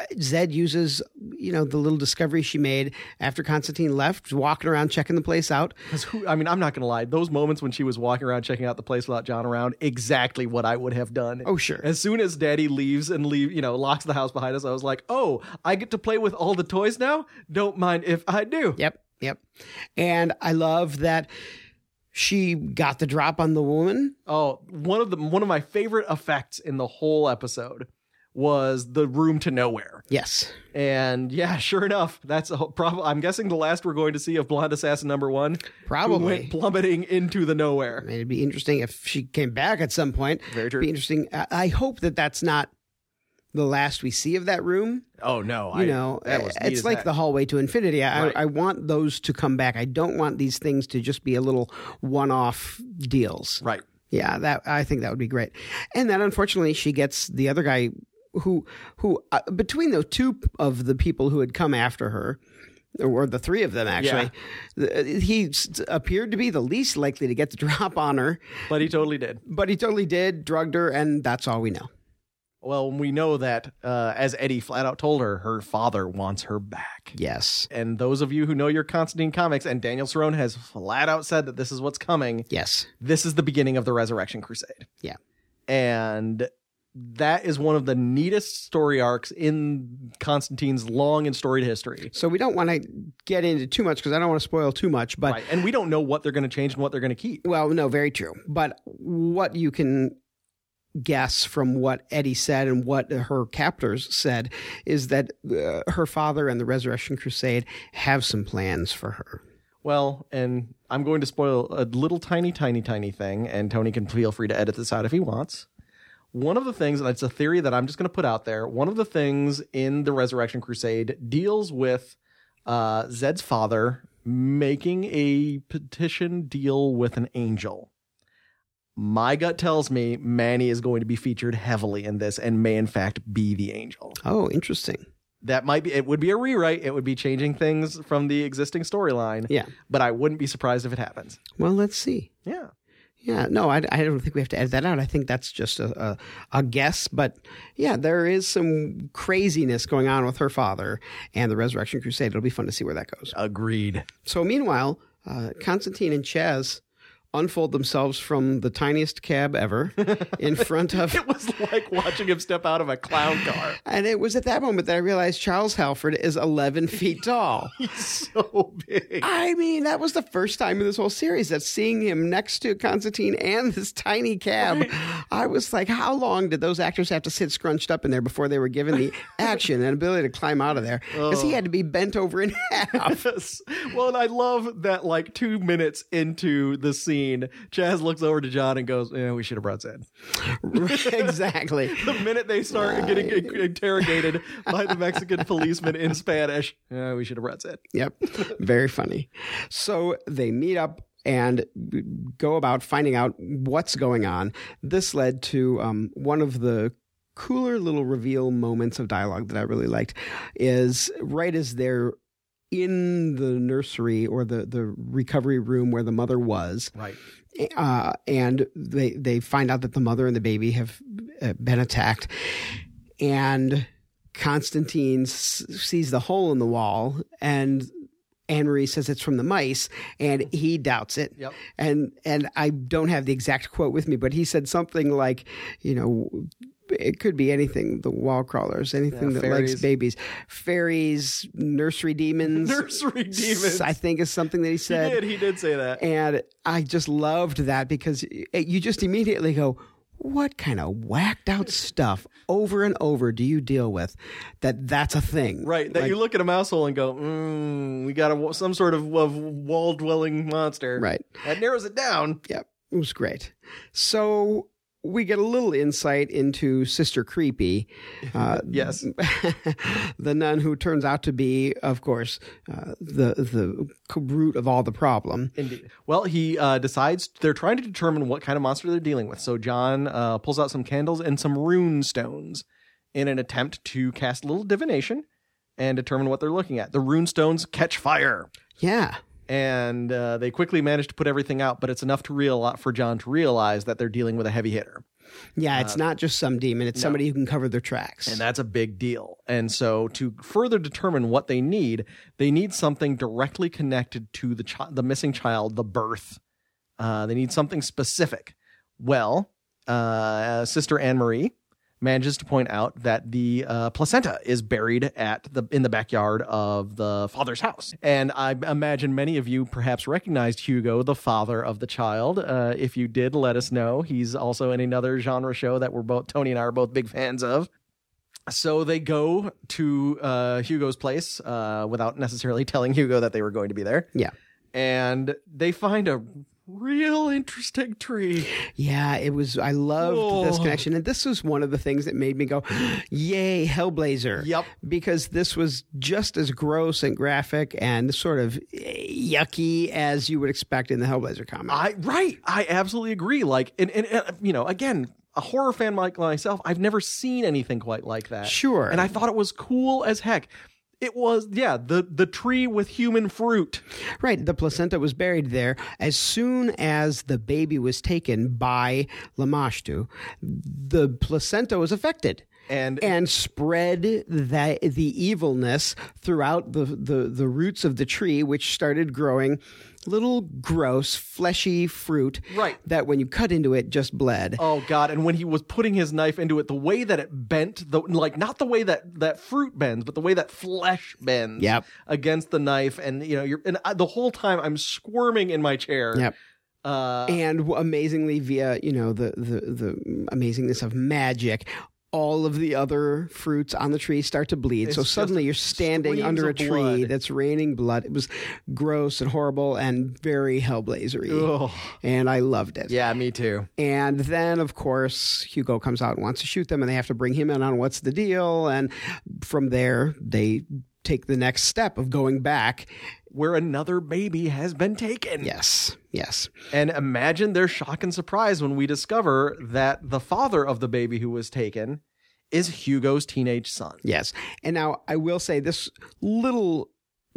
Speaker 1: uh, Zed uses, you know, the little discovery she made after Constantine left, walking around checking the place out.
Speaker 2: 'Cause who- I mean, I'm not gonna lie. Those moments when she was walking around checking out the place without John around, exactly what I would have done.
Speaker 1: Oh, sure.
Speaker 2: As soon as Daddy leaves and leave, you know, locks the house behind us, I was like, oh, I get to play with all the toys now. Don't mind if I do.
Speaker 1: Yep, yep. And I love that she got the drop on the woman.
Speaker 2: Oh, one of the one of my favorite effects in the whole episode was the room to nowhere.
Speaker 1: Yes.
Speaker 2: And yeah, sure enough, that's a probably I'm guessing the last we're going to see of Blonde Assassin number 1 who
Speaker 1: Probably.
Speaker 2: went plummeting into the
Speaker 1: I
Speaker 2: nowhere.
Speaker 1: mean, it'd be interesting if she came back at some point.
Speaker 2: Very true.
Speaker 1: Be interesting. I, I hope that that's not the last we see of that room.
Speaker 2: Oh no,
Speaker 1: You know,
Speaker 2: that was neat
Speaker 1: it's
Speaker 2: as
Speaker 1: like
Speaker 2: heck.
Speaker 1: the hallway to infinity. I,
Speaker 2: Right.
Speaker 1: I want those to come back. I don't want these things to just be a little one-off deals.
Speaker 2: right.
Speaker 1: Yeah, that I think that would be great. And then unfortunately, she gets the other guy who who uh, between the two p- of the people who had come after her or the three of them actually th- he s- appeared to be the least likely to get the drop on her
Speaker 2: But he totally did.
Speaker 1: but he totally did drugged her and that's all we know
Speaker 2: Well, we know that uh, as Eddie flat out told her, her father wants her back.
Speaker 1: yes
Speaker 2: And those of you who know your Constantine comics, and Daniel Cerrone has flat out said that this is what's coming.
Speaker 1: yes
Speaker 2: this is the beginning of the resurrection crusade
Speaker 1: Yeah.
Speaker 2: and that is one of the neatest story arcs in constantine's long and storied history
Speaker 1: so we don't want to get into too much because i don't want to spoil too much but
Speaker 2: right and we don't know what they're going to change and what they're going to keep
Speaker 1: Well, no, very true. But what you can guess from what Eddie said and what her captors said is that uh, her father and the Resurrection Crusade have some plans for her.
Speaker 2: well and i'm going to spoil a little tiny tiny tiny thing and tony can feel free to edit this out if he wants one of the things and it's a theory that i'm just going to put out there one of the things in the resurrection crusade deals with uh, zed's father making a petition deal with an angel my gut tells me Manny is going to be featured heavily in this and may in fact be the angel.
Speaker 1: Oh, interesting.
Speaker 2: That might be it would be a rewrite, it would be changing things from the existing storyline.
Speaker 1: Yeah.
Speaker 2: But I wouldn't be surprised if it happens.
Speaker 1: Well, let's see.
Speaker 2: Yeah.
Speaker 1: Yeah, no, I, I don't think we have to edit that out. I think that's just a, a, a guess. But yeah, there is some craziness going on with her father and the Resurrection Crusade. It'll be fun to see where that goes.
Speaker 2: Agreed.
Speaker 1: So meanwhile, uh, Constantine and Chaz unfold themselves from the tiniest cab ever in front of
Speaker 2: It was like watching him step out of a clown car.
Speaker 1: And it was at that moment that I realized Charles Halford is 11 feet tall.
Speaker 2: He's so big.
Speaker 1: I mean, that was the first time in this whole series that seeing him next to Constantine and this tiny cab, I was like, how long did those actors have to sit scrunched up in there before they were given the action and ability to climb out of there? Because
Speaker 2: Oh.
Speaker 1: he had to be bent over in half.
Speaker 2: Yes. Well, and I love that like two minutes into the scene, Chaz looks over to John and goes, Yeah, we should have brought Zed.
Speaker 1: exactly.
Speaker 2: The minute they start getting in- interrogated by the Mexican policeman in Spanish, yeah, we should have brought Zed.
Speaker 1: Yep. Very funny. So they meet up and go about finding out what's going on. This led to um, one of the cooler little reveal moments of dialogue that I really liked is right as they're in the nursery or the, the recovery room where the mother was.
Speaker 2: Right.
Speaker 1: Uh, and they, they find out that the mother and the baby have uh, been attacked. And Constantine s- sees the hole in the wall and Anne Marie says it's from the mice and he doubts it.
Speaker 2: Yep.
Speaker 1: And and I don't have the exact quote with me, but he said something like, you know, it could be anything, the wall crawlers, anything that
Speaker 2: fairies.
Speaker 1: likes babies. Fairies, nursery demons.
Speaker 2: Nursery demons.
Speaker 1: I think is something that he
Speaker 2: He
Speaker 1: said.
Speaker 2: did, he did say that.
Speaker 1: And I just loved that because it, you just immediately go, what kind of whacked out stuff over and over do you deal with that that's a thing?
Speaker 2: Right, that
Speaker 1: Like-
Speaker 2: you look at a mouse hole and go, mm, we got a, wa- some sort of, of wall dwelling monster.
Speaker 1: Right.
Speaker 2: That narrows it down.
Speaker 1: Yep. It was great. So we get a little insight into Sister Creepy, uh,
Speaker 2: Yes.
Speaker 1: the nun who turns out to be, of course, uh, the the root of all the problem.
Speaker 2: Indeed. Well, he uh, decides they're trying to determine what kind of monster they're dealing with. So John uh, pulls out some candles and some rune stones in an attempt to cast a little divination and determine what they're looking at. The rune stones catch fire,
Speaker 1: Yeah.
Speaker 2: and uh, they quickly manage to put everything out. But it's enough to real for John to realize that they're dealing with a heavy hitter,
Speaker 1: Yeah, it's not just some demon, it's somebody who can cover their tracks.
Speaker 2: Uh, and that's a big deal. And so, to further determine what they need, they need something directly connected to the chi- the missing child, the birth. Uh, they need something specific. Well, uh, Sister Anne Marie manages to point out that the uh, placenta is buried at the in the backyard of the father's house, and I imagine many of you perhaps recognized Hugo, the father of the child. Uh, if you did, let us know. He's also in another genre show that we're both Tony and I are both big fans of. So they go to uh, Hugo's place uh, without necessarily telling Hugo that they were going to be there
Speaker 1: yeah.
Speaker 2: and they find a real interesting tree.
Speaker 1: Yeah, it was. I loved this
Speaker 2: Whoa.
Speaker 1: connection, and this was one of the things that made me go, "Yay, Hellblazer!"
Speaker 2: Yep.
Speaker 1: because this was just as gross and graphic and sort of yucky as you would expect in the Hellblazer comic.
Speaker 2: I right, I absolutely agree. Like, and, and, uh, you know, again, a horror fan like myself, I've never seen anything quite like that.
Speaker 1: Sure.
Speaker 2: and I thought it was cool as heck. It was, yeah, the the tree with human fruit.
Speaker 1: Right. The placenta was buried there. As soon as the baby was taken by Lamashtu, the placenta was affected.
Speaker 2: And-
Speaker 1: spread that the evilness throughout the, the, the roots of the tree, which started growing little gross fleshy fruit.
Speaker 2: Right.
Speaker 1: That when you cut into it, just bled.
Speaker 2: Oh God! And when he was putting his knife into it, the way that it bent, the like not the way that that fruit bends, but the way that flesh bends
Speaker 1: Yep.
Speaker 2: against the knife, and you know, you're and I, the whole time I'm squirming in my chair.
Speaker 1: Yep.
Speaker 2: Uh,
Speaker 1: and w- amazingly via you know the the the amazingness of magic all of the other fruits on the tree start to bleed so
Speaker 2: It's
Speaker 1: suddenly
Speaker 2: just
Speaker 1: you're standing
Speaker 2: streams
Speaker 1: under a
Speaker 2: of
Speaker 1: tree
Speaker 2: blood.
Speaker 1: that's raining blood it was gross and horrible and very hellblazery
Speaker 2: Ugh.
Speaker 1: and i loved it
Speaker 2: Yeah, me too.
Speaker 1: and then of course hugo comes out and wants to shoot them and they have to bring him in on what's the deal and from there they take the next step of going back
Speaker 2: Where another baby has been taken.
Speaker 1: yes yes
Speaker 2: And imagine their shock and surprise when we discover that the father of the baby who was taken is Hugo's teenage son.
Speaker 1: Yes. And now I will say this little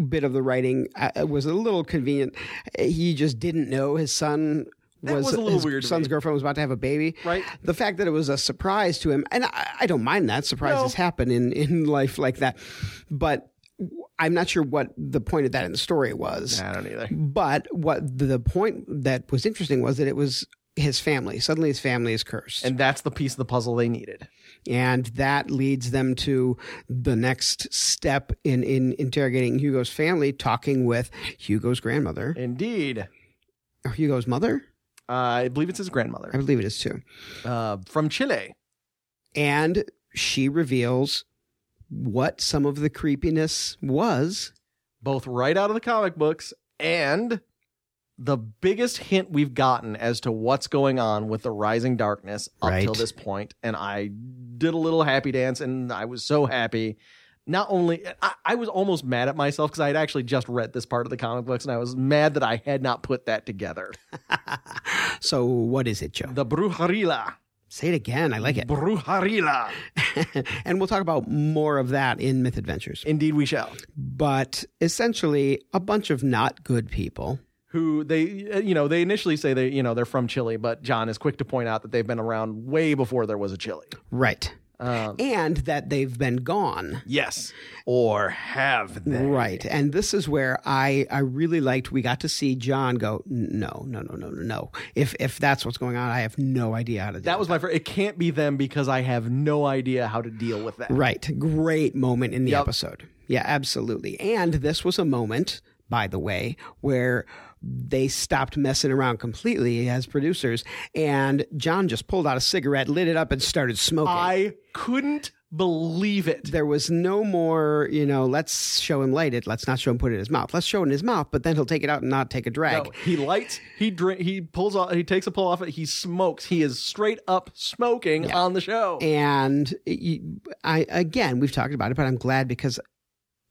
Speaker 1: bit of the writing uh, was a little convenient. He just didn't know his son
Speaker 2: That
Speaker 1: was,
Speaker 2: was a little
Speaker 1: his
Speaker 2: weird to
Speaker 1: son's
Speaker 2: me.
Speaker 1: girlfriend was about to have a baby.
Speaker 2: Right.
Speaker 1: The fact that it was a surprise to him, and I, I don't mind that. Surprises
Speaker 2: No.
Speaker 1: happen in, in life like that. But w- I'm not sure what the point of that in the story was.
Speaker 2: I don't either.
Speaker 1: But what the point that was interesting was that it was his family. Suddenly, his family is cursed,
Speaker 2: And that's the piece of the puzzle they needed.
Speaker 1: and that leads them to the next step in in interrogating Hugo's family, talking with Hugo's grandmother,
Speaker 2: Indeed.
Speaker 1: or Hugo's mother.
Speaker 2: Uh, I believe it's his
Speaker 1: I
Speaker 2: grandmother
Speaker 1: believe it is too.
Speaker 2: uh, from Chile.
Speaker 1: And she reveals what some of the creepiness was.
Speaker 2: both right out of the comic books and the biggest hint we've gotten as to what's going on with the rising darkness up
Speaker 1: Right.
Speaker 2: till this point and i did a little happy dance and i was so happy not only i, I was almost mad at myself because i had actually just read this part of the comic books and i was mad that i had not put that together
Speaker 1: So, what is it, Joe?
Speaker 2: the brujarila
Speaker 1: Say it again. I like it.
Speaker 2: brujarila
Speaker 1: and we'll talk about more of that in Myth Adventures.
Speaker 2: indeed we shall
Speaker 1: But essentially, a bunch of not good people.
Speaker 2: who they uh, you know they initially say they you know they're from chile but john is quick to point out that they've been around way before there was a chile
Speaker 1: Right.
Speaker 2: um,
Speaker 1: And that they've been gone.
Speaker 2: Yes. Or have they?
Speaker 1: Right. And this is where I, I really liked we got to see John go, no, no, no, no, no, no. If if that's what's going on, I have no idea how to do
Speaker 2: That was my first. It can't be them because I have no idea how to deal with that.
Speaker 1: Right. Great moment in the
Speaker 2: Yep.
Speaker 1: episode. Yeah, absolutely. And this was a moment, by the way, where they stopped messing around completely as producers. And John just pulled out a cigarette, lit it up, and started smoking.
Speaker 2: I couldn't believe it.
Speaker 1: there was no more, you know, let's show him light it. Let's not show him put it in his mouth. Let's show it in his mouth, but then he'll take it out and not take a drag.
Speaker 2: No, he lights, he drink, he pulls off, he takes a pull off it, he smokes. He is straight up smoking on the show.
Speaker 1: And you- I, again, we've talked about it, but I'm glad because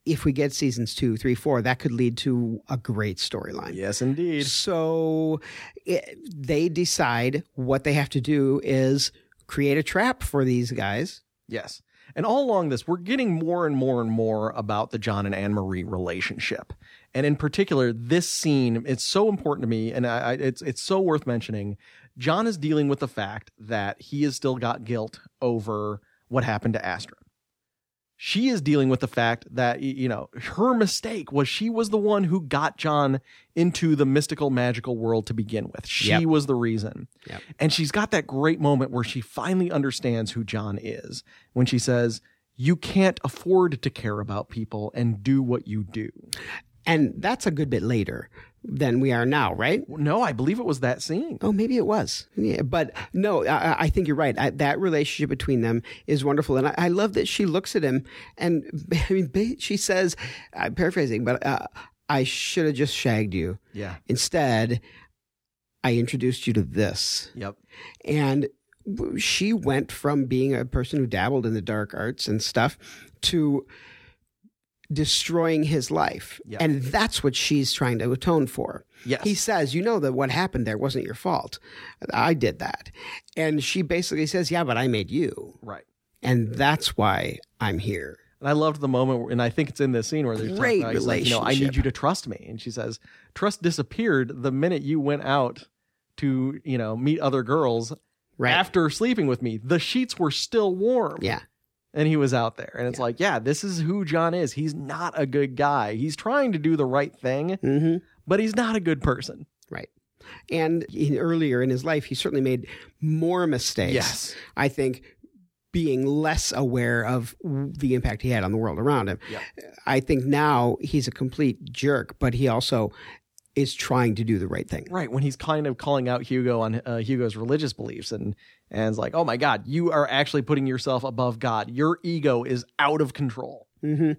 Speaker 1: if we get seasons two, three, four, that could lead to a great storyline.
Speaker 2: yes, indeed.
Speaker 1: So it, they decide what they have to do is create a trap for these guys.
Speaker 2: Yes. And all along this, we're getting more and more and more about the John and Anne Marie relationship. And in particular, this scene, it's so important to me, and I, I, it's it's so worth mentioning. John is dealing with the fact that he has still got guilt over what happened to Astra. She is dealing with the fact that y- you know her mistake was she was the one who got John into the mystical magical world to begin with. She
Speaker 1: Yep.
Speaker 2: was the reason.
Speaker 1: Yep.
Speaker 2: And she's got that great moment where she finally understands who John is when she says, You can't afford to care about people and do what you do.
Speaker 1: And that's a good bit later than we are now, right?
Speaker 2: No, I believe it was that scene.
Speaker 1: Oh, maybe it was. Yeah, but no, I, I- I think you're right. I, that relationship between them is wonderful. And I, I love that she looks at him and I mean, ba- she says, I'm paraphrasing, but uh, I should have just shagged you.
Speaker 2: Yeah.
Speaker 1: Instead, I introduced you to this.
Speaker 2: Yep.
Speaker 1: and w- she went from being a person who dabbled in the dark arts and stuff to destroying his life
Speaker 2: Yeah.
Speaker 1: and that's what she's trying to atone for
Speaker 2: Yes.
Speaker 1: he says you know that what happened there wasn't your fault i did that and she basically says yeah but i made you
Speaker 2: right.
Speaker 1: and that's why i'm here
Speaker 2: And I loved the moment, where- and I think it's in this scene where there's
Speaker 1: Great
Speaker 2: Like, you know, I need
Speaker 1: relationship.
Speaker 2: you to trust me, and she says, "Trust disappeared the minute you went out to, you know, meet other girls
Speaker 1: right
Speaker 2: after sleeping with me. The sheets were still warm."
Speaker 1: yeah
Speaker 2: and he was out there and it's like yeah this is who john is he's not a good guy he's trying to do the right thing
Speaker 1: mm-hmm
Speaker 2: but he's not a good person
Speaker 1: Right. And in, earlier in his life, he certainly made more mistakes.
Speaker 2: Yes.
Speaker 1: I think being less aware of the impact he had on the world around him.
Speaker 2: Yep.
Speaker 1: I think now he's a complete jerk, but he also is trying to do the right thing.
Speaker 2: right when he's kind of calling out hugo on uh, hugo's religious beliefs and and it's like oh my god you are actually putting yourself above god your ego is out of control
Speaker 1: hmm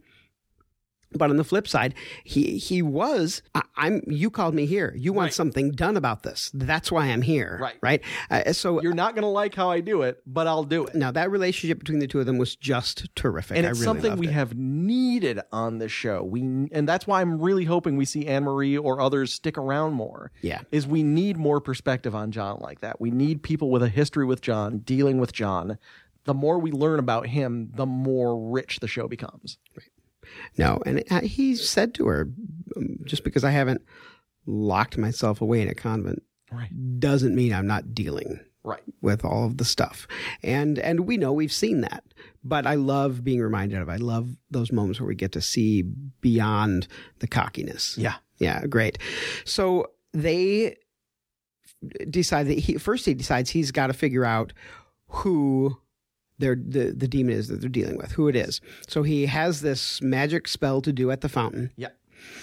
Speaker 1: But on the flip side, he he was I, I'm you called me here. You want
Speaker 2: Right.
Speaker 1: something done about this. That's why I'm here.
Speaker 2: Right.
Speaker 1: Right. Uh, so
Speaker 2: you're not going to like how i do it but i'll do it
Speaker 1: now that relationship between the two of them was just terrific.
Speaker 2: and
Speaker 1: I
Speaker 2: it's
Speaker 1: really
Speaker 2: something
Speaker 1: loved
Speaker 2: we
Speaker 1: it.
Speaker 2: have needed on the show. We and that's why I'm really hoping we see Anne Marie or others stick around more.
Speaker 1: Yeah.
Speaker 2: is we need more perspective on John like that. We need people with a history with John dealing with John. The more we learn about him, the more rich the show becomes.
Speaker 1: No, and uh, he said to her, um, just because I haven't locked myself away in a convent
Speaker 2: Right.
Speaker 1: doesn't mean I'm not dealing
Speaker 2: Right.
Speaker 1: with all of the stuff. And and we know we've seen that. But I love being reminded of. it. I love those moments where we get to see beyond the cockiness.
Speaker 2: Yeah.
Speaker 1: Yeah, great. So they decide that he first he decides he's got to figure out who their the, the demon is that they're dealing with, who it is. So he has this magic spell to do at the fountain
Speaker 2: Yeah.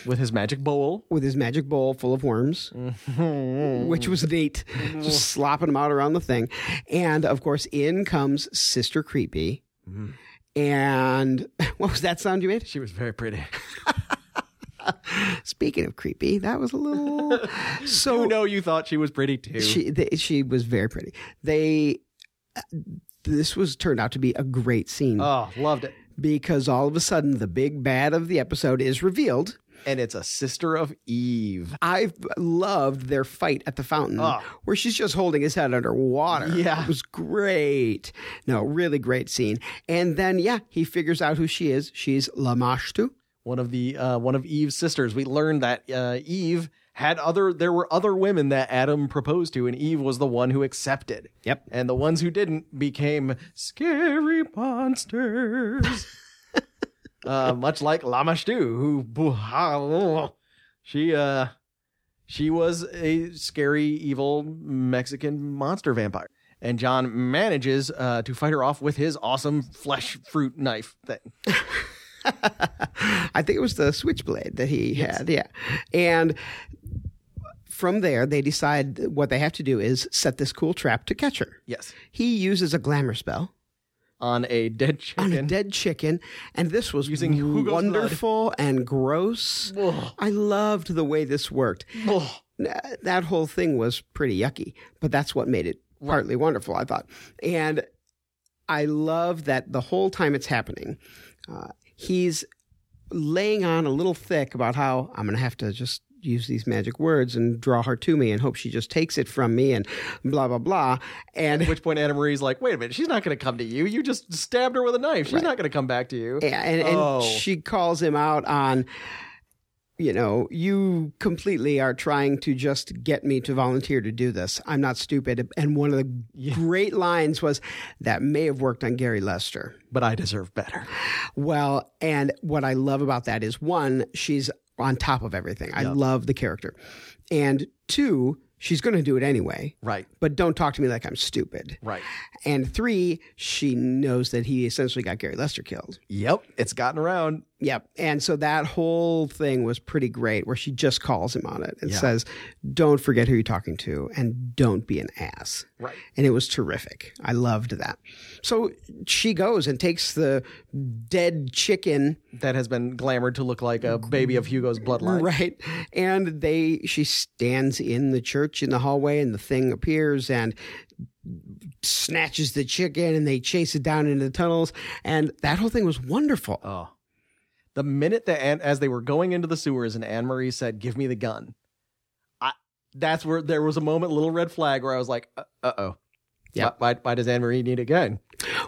Speaker 2: With his magic bowl.
Speaker 1: with his magic bowl full of worms, which was neat,
Speaker 2: Mm-hmm.
Speaker 1: just slopping them out around the thing. And of course, in comes Sister Creepy.
Speaker 2: Mm-hmm.
Speaker 1: And what was that sound you made?
Speaker 2: She was very pretty.
Speaker 1: Speaking of creepy, that was a little. So
Speaker 2: You know, you thought she was pretty too.
Speaker 1: she th- she was very pretty. They uh, this was turned out to be a great scene
Speaker 2: oh, loved it.
Speaker 1: because all of a sudden the big bad of the episode is revealed.
Speaker 2: And it's a sister of Eve.
Speaker 1: I loved their fight at the fountain
Speaker 2: Oh.
Speaker 1: where she's just holding his head underwater.
Speaker 2: Yeah.
Speaker 1: It was great. No, really great scene. And then, yeah, he figures out who she is. She's Lamashtu.
Speaker 2: One of the uh, one of Eve's sisters. We learned that uh, Eve had other. There were other women that Adam proposed to, and Eve was the one who accepted.
Speaker 1: Yep.
Speaker 2: And the ones who didn't became scary monsters. uh, much like Lamashtu, who she uh she was a scary, evil Mexican monster vampire. And John manages uh, to fight her off with his awesome flesh fruit knife thing.
Speaker 1: I think it was the switchblade that he had. Yeah. And from there, they decide what they have to do is set this cool trap to catch her.
Speaker 2: Yes.
Speaker 1: He uses a glamour spell
Speaker 2: On a dead
Speaker 1: on
Speaker 2: chicken.
Speaker 1: a dead chicken, and this was
Speaker 2: Using Hugo's blood.
Speaker 1: wonderful and gross.
Speaker 2: Ugh.
Speaker 1: I loved the way this worked.
Speaker 2: Ugh.
Speaker 1: N- that whole thing was pretty yucky, but that's what made it partly wonderful, I thought. And I love that the whole time it's happening, uh, he's laying on a little thick about how I'm going to have to just use these magic words and draw her to me and hope she just takes it from me and blah, blah, blah. And
Speaker 2: At which point Anna Marie's like, wait a minute, she's not going to come to you. You just stabbed her with a knife. She's not going to come back to you.
Speaker 1: Yeah, and, and
Speaker 2: Oh.
Speaker 1: she calls him out on, you know, you completely are trying to just get me to volunteer to do this. I'm not stupid. And one of the great lines was, that may have worked on Gary Lester.
Speaker 2: But I deserve better.
Speaker 1: Well, and what I love about that is one, she's on top of everything. I love the character. And two, she's going to do it anyway.
Speaker 2: Right.
Speaker 1: But don't talk to me like I'm stupid.
Speaker 2: Right.
Speaker 1: And three, she knows that he essentially got Gary Lester killed.
Speaker 2: Yep. It's gotten around.
Speaker 1: Yep. And so that whole thing was pretty great where she just calls him on it and
Speaker 2: Yeah.
Speaker 1: says, don't forget who you're talking to and don't be an ass.
Speaker 2: Right.
Speaker 1: And it was terrific. I loved that. So she goes and takes the dead chicken,
Speaker 2: That has been glamored to look like a baby of Hugo's bloodline.
Speaker 1: right? And they, she stands in the church in the hallway and the thing appears and snatches the chicken and they chase it down into the tunnels. And that whole thing was wonderful.
Speaker 2: Oh. The minute that Anne, as they were going into the sewers and Anne Marie said, Give me the gun. I that's where there was a moment, little red flag, where I was like, uh oh.
Speaker 1: Yeah.
Speaker 2: Why, why does Anne Marie need a gun?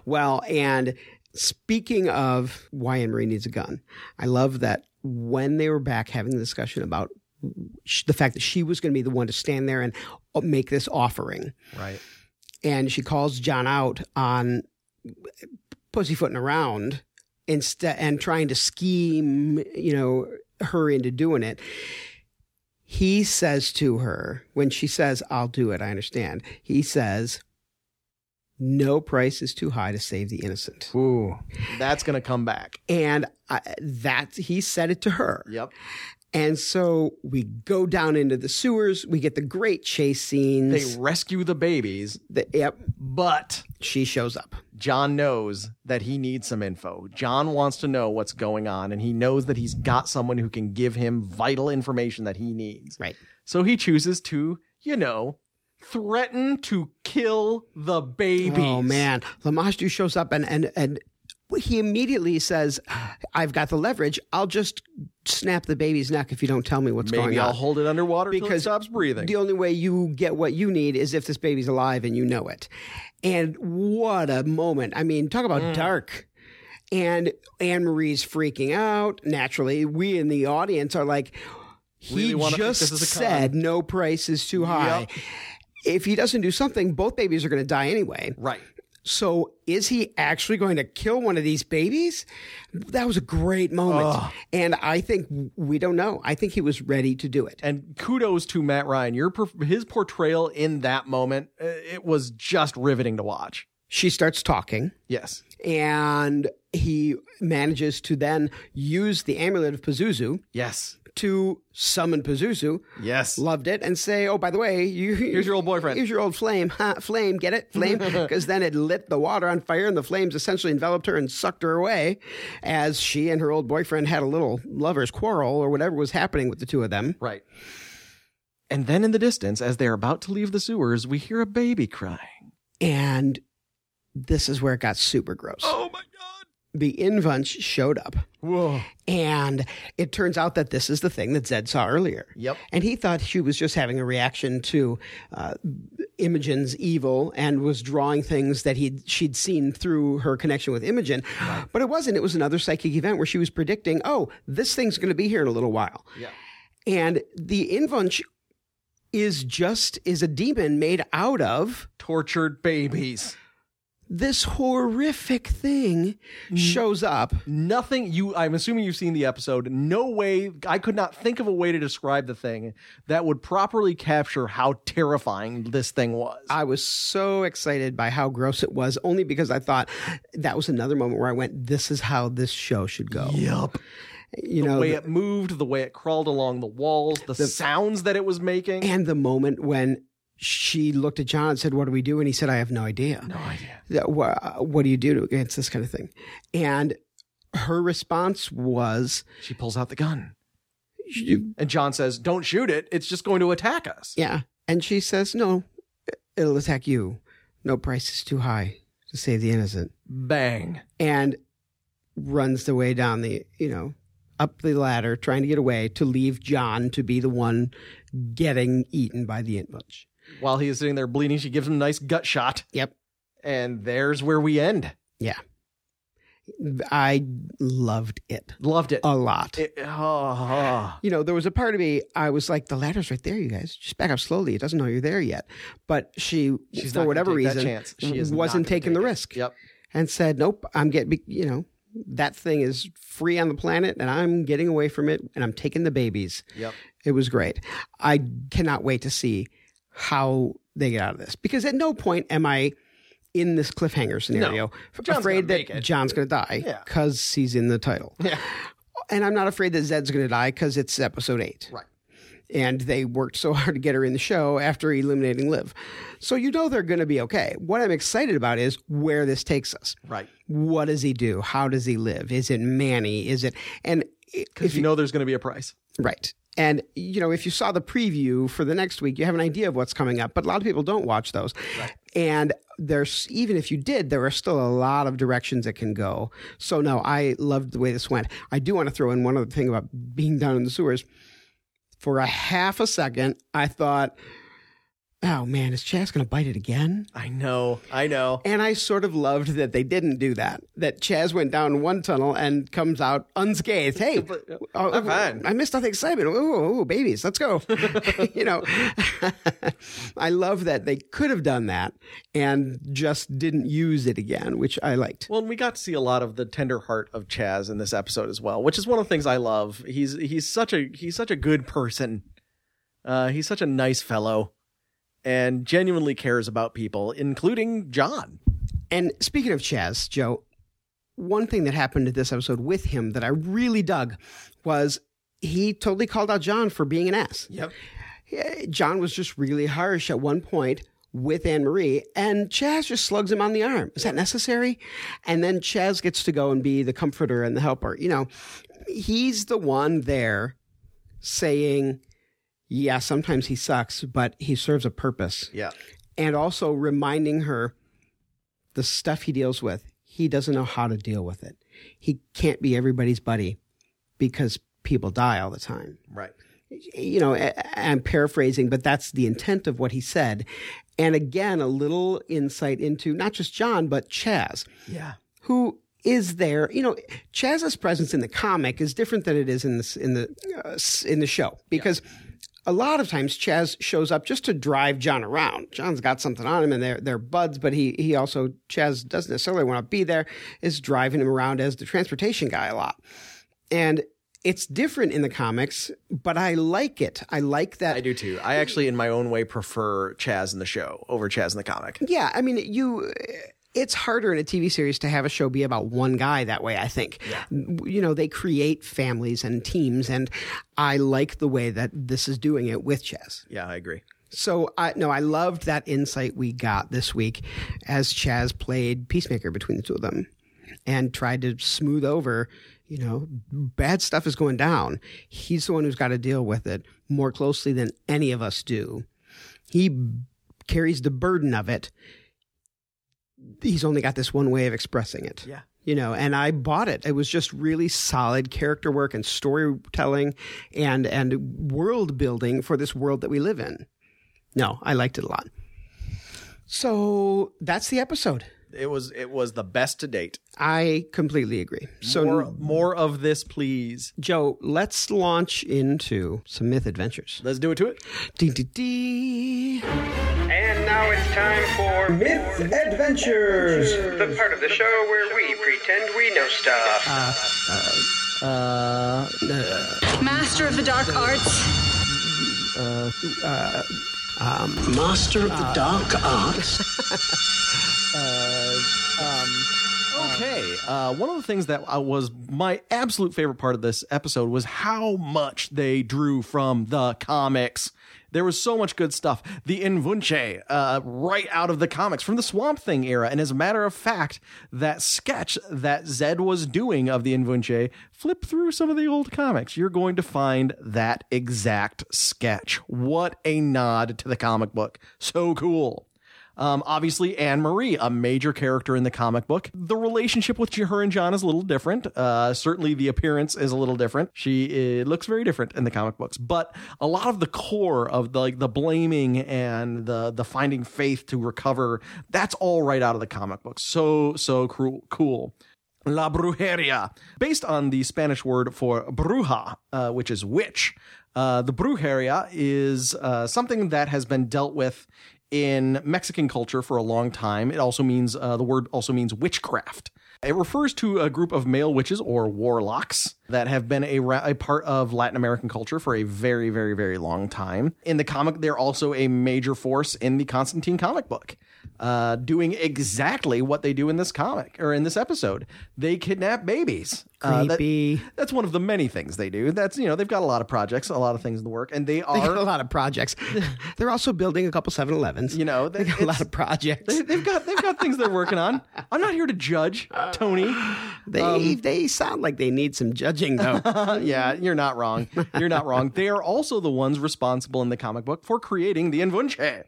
Speaker 1: Well, and speaking of why Anne Marie needs a gun, I love that when they were back having the discussion about sh- the fact that she was going to be the one to stand there and uh, make this offering,
Speaker 2: Right.
Speaker 1: and she calls John out on pussyfooting around instead and trying to scheme, you know, her into doing it. He says to her when she says, "I'll do it," I understand. He says. No price is too high to save the innocent.
Speaker 2: Ooh. That's gonna come back.
Speaker 1: and I, that he said it to her.
Speaker 2: Yep.
Speaker 1: And so we go down into the sewers. We get the great chase
Speaker 2: They
Speaker 1: scenes.
Speaker 2: rescue the babies,
Speaker 1: The- yep,
Speaker 2: but
Speaker 1: she shows up.
Speaker 2: John knows that he needs some info. John wants to know what's going on, and he knows that he's got someone who can give him vital information that he needs.
Speaker 1: Right.
Speaker 2: So he chooses to, you know, threaten to kill the babies.
Speaker 1: Oh man, Lamashtu shows up and and and he immediately says, "I've got the leverage. I'll just snap the baby's neck if you don't tell me what's
Speaker 2: Maybe
Speaker 1: going on."
Speaker 2: I'll hold it underwater till it
Speaker 1: Because
Speaker 2: stops breathing.
Speaker 1: the only way you get what you need is if this baby's alive and you know it. And what a moment. I mean, talk about
Speaker 2: Mm.
Speaker 1: dark. And Anne Marie's freaking out. Naturally, we in the audience are like, he
Speaker 2: Really wanna think
Speaker 1: just
Speaker 2: this is a con.
Speaker 1: said no price is too high. if he doesn't do something, both babies are going to die anyway.
Speaker 2: Right.
Speaker 1: So is he actually going to kill one of these babies? That was a great moment. And I think we don't know. I think he was ready to do it.
Speaker 2: And kudos to Matt Ryan. Your per- his portrayal in that moment, uh, it was just riveting to watch.
Speaker 1: She starts talking
Speaker 2: Yes.
Speaker 1: and he manages to then use the amulet of Pazuzu
Speaker 2: Yes.
Speaker 1: to summon Pazuzu.
Speaker 2: Yes.
Speaker 1: Loved it and say, oh, by the way, you,
Speaker 2: Here's your old boyfriend.
Speaker 1: Here's your old flame. Ha, flame, get it? Flame. Because then it lit the water on fire and the flames essentially enveloped her and sucked her away as she and her old boyfriend had a little lover's quarrel or whatever was happening with the two of them.
Speaker 2: Right. And then in the distance, as they are about to leave the sewers, we hear a baby crying.
Speaker 1: And this is where it got super gross.
Speaker 2: Oh my god.
Speaker 1: The Invunch showed up.
Speaker 2: Whoa.
Speaker 1: And it turns out that this is the thing that Zed saw earlier.
Speaker 2: Yep.
Speaker 1: And he thought she was just having a reaction to uh, Imogen's evil and was drawing things that he'd, she'd seen through her connection with Imogen. But it wasn't. It was another psychic event where she was predicting, oh, this thing's going to be here in a little while.
Speaker 2: Yeah.
Speaker 1: And the Invunch is just is a demon made out of
Speaker 2: Tortured babies.
Speaker 1: this horrific thing
Speaker 2: Mm-hmm.
Speaker 1: shows up
Speaker 2: Nothing you I'm assuming you've seen the episode. No way I could not think of a way to describe the thing that would properly capture how terrifying this thing was.
Speaker 1: I was so excited by how gross it was, only because I thought that was another moment where I went, "This is how this show should go."
Speaker 2: Yup.
Speaker 1: You
Speaker 2: The
Speaker 1: know,
Speaker 2: way
Speaker 1: the-
Speaker 2: it moved, the way it crawled along the walls, the, sounds that it was making.
Speaker 1: and the moment when she looked at John and said, "What do we do?" and he said, "I have no idea."
Speaker 2: no idea.
Speaker 1: That- wha- What, do you do to- against this kind of thing? And her response was,
Speaker 2: She pulls out the gun.
Speaker 1: "You-
Speaker 2: And John says, Don't shoot it. It's just going to attack us.
Speaker 1: "Yeah," and she says, "No, it'll attack you. No price is too high to save the innocent."
Speaker 2: Bang.
Speaker 1: and runs the way down the you know up the ladder trying to get away to leave john to be the one getting eaten by the invunch
Speaker 2: While he is sitting there bleeding, she gives him a nice gut shot.
Speaker 1: yep
Speaker 2: And there's where we end.
Speaker 1: yeah i loved it
Speaker 2: Loved it.
Speaker 1: a lot
Speaker 2: It- oh,
Speaker 1: you know there was a part of me i was like the ladder's right there you guys just back up slowly it doesn't know you're there yet but she
Speaker 2: She's not
Speaker 1: for
Speaker 2: gonna
Speaker 1: whatever
Speaker 2: take that
Speaker 1: reason
Speaker 2: chance. She is not
Speaker 1: wasn't
Speaker 2: gonna
Speaker 1: taking
Speaker 2: take
Speaker 1: the
Speaker 2: it.
Speaker 1: risk
Speaker 2: Yep.
Speaker 1: and said nope i'm getting you know that thing is free on the planet and i'm getting away from it and i'm taking the babies
Speaker 2: Yep.
Speaker 1: It was great. I cannot wait to see how they get out of this because at no point am I in this cliffhanger scenario f-
Speaker 2: John's
Speaker 1: afraid
Speaker 2: gonna make
Speaker 1: that
Speaker 2: it.
Speaker 1: John's going to die
Speaker 2: Yeah.
Speaker 1: because he's in the title.
Speaker 2: Yeah.
Speaker 1: And I'm not afraid that Zed's going to die because it's episode eight.
Speaker 2: Right.
Speaker 1: And they worked so hard to get her in the show after eliminating Liv. So you know they're going to be okay. What I'm excited about is where this takes us.
Speaker 2: Right.
Speaker 1: What does he do? How does he live? Is it Manny? Is it. And i-
Speaker 2: Because you know there's going to be a price.
Speaker 1: Right. And you know, if you saw the preview for the next week, you have an idea of what's coming up. But a lot of people don't watch those. And there's even if you did, there are still a lot of directions it can go. So no, I loved the way this went. I do want to throw in one other thing about being down in the sewers. For a half a second, I thought, "Oh man, is Chaz going to bite it again?"
Speaker 2: I know. I know.
Speaker 1: And I sort of loved that they didn't do that. That Chaz went down one tunnel and comes out unscathed. Hey, oh,
Speaker 2: I'm fine.
Speaker 1: I missed nothing excitement. Ooh, ooh, babies, let's go. you know, I love that they could have done that and just didn't use it again, which I liked.
Speaker 2: Well, and we got to see a lot of the tender heart of Chaz in this episode as well, which is one of the things I love. He's he's such a he's such a good person. Uh, he's such a nice fellow, and genuinely cares about people, including John.
Speaker 1: And speaking of Chaz, Joe, one thing that happened at this episode with him that I really dug was he totally called out John for being an ass.
Speaker 2: Yep.
Speaker 1: Yeah, John was just really harsh at one point with Anne Marie, and Chaz just slugs him on the arm. Is that necessary? And then Chaz gets to go and be the comforter and the helper. You know, he's the one there saying, yeah, sometimes he sucks, but he serves a purpose.
Speaker 2: Yeah.
Speaker 1: And also reminding her the stuff he deals with, he doesn't know how to deal with it. He can't be everybody's buddy because people die all the time
Speaker 2: Right.
Speaker 1: you know, I- I'm paraphrasing, but that's the intent of what he said. And again, a little insight into not just John, but Chaz,
Speaker 2: Yeah.
Speaker 1: who is there. You know, Chaz's presence in the comic is different than it is in this in the uh, s- in the show because a lot of times Chaz shows up just to drive John around. John's got something on him and they're, they're buds, but he, he also, Chaz doesn't necessarily want to be there, is driving him around as the transportation guy a lot. And it's different in the comics, but I like it. I like that.
Speaker 2: I do too. I actually, in my own way, prefer Chaz in the show over Chaz in the comic.
Speaker 1: Yeah, I mean, you. It's harder in a TV series to have a show be about one guy that way. I think, you know, they create families and teams, and I like the way that this is doing it with Chaz.
Speaker 2: Yeah, I agree.
Speaker 1: So, I no, I loved that insight we got this week as Chaz played peacemaker between the two of them, and tried to smooth over. You know, bad stuff is going down. He's the one who's got to deal with it more closely than any of us do. He carries the burden of it. He's only got this one way of expressing it.
Speaker 2: Yeah.
Speaker 1: You know, and I bought it. It was just really solid character work and storytelling and and world building for this world that we live in. No, I liked it a lot. So that's the episode.
Speaker 2: It was it was the best to date.
Speaker 1: I completely agree. So
Speaker 2: More more of this, please.
Speaker 1: Joe, let's launch into some myth adventures.
Speaker 2: Let's do it to it.
Speaker 1: Dee dee dee.
Speaker 6: And now it's time for Myth Adventures, the part of the show where we pretend we know stuff.
Speaker 1: Uh, uh,
Speaker 7: Master of the dark arts.
Speaker 4: Master of the Dark Arts.
Speaker 2: Okay. Uh, one of the things that I was my absolute favorite part of this episode was how much they drew from the comics. There was so much good stuff. The Invunche, uh, right out of the comics from the Swamp Thing era. And as a matter of fact, that sketch that Zed was doing of the Invunche, flip through some of the old comics. You're going to find that exact sketch. What a nod to the comic book. So cool. Um, obviously, Anne Marie, a major character in the comic book. The relationship with her and John is a little different. Uh, certainly, the appearance is a little different. She uh, looks very different in the comic books, but a lot of the core of the, like the blaming and the the finding faith to recover that's all right out of the comic books. So so cru- cool. La Brujeria, based on the Spanish word for bruja, uh, which is witch. Uh, the brujeria is uh, something that has been dealt with in Mexican culture for a long time. It also means, uh, the word also means witchcraft. It refers to a group of male witches or warlocks that have been a, ra- a part of Latin American culture for a very, very, very long time. In the comic, they're also a major force in the Constantine comic book, uh, doing exactly what they do in this comic or in this episode. They kidnap babies. Uh, that-
Speaker 1: Creepy.
Speaker 2: that's one of the many things they do. That's, you know, they've got a lot of projects, a lot of things in the work, and they
Speaker 1: They got Uh, a
Speaker 2: are,
Speaker 1: lot of projects. They're also building a couple 7 Elevens.
Speaker 2: you know,
Speaker 1: they got a lot of projects.
Speaker 2: They- They've got they've got things they're working on. I'm not here to judge, Tony. Um,
Speaker 1: They, they sound like they need some judging, though.
Speaker 2: Uh, yeah, you're not wrong. You're not wrong. They are also the ones responsible in the comic book for creating the Invunche.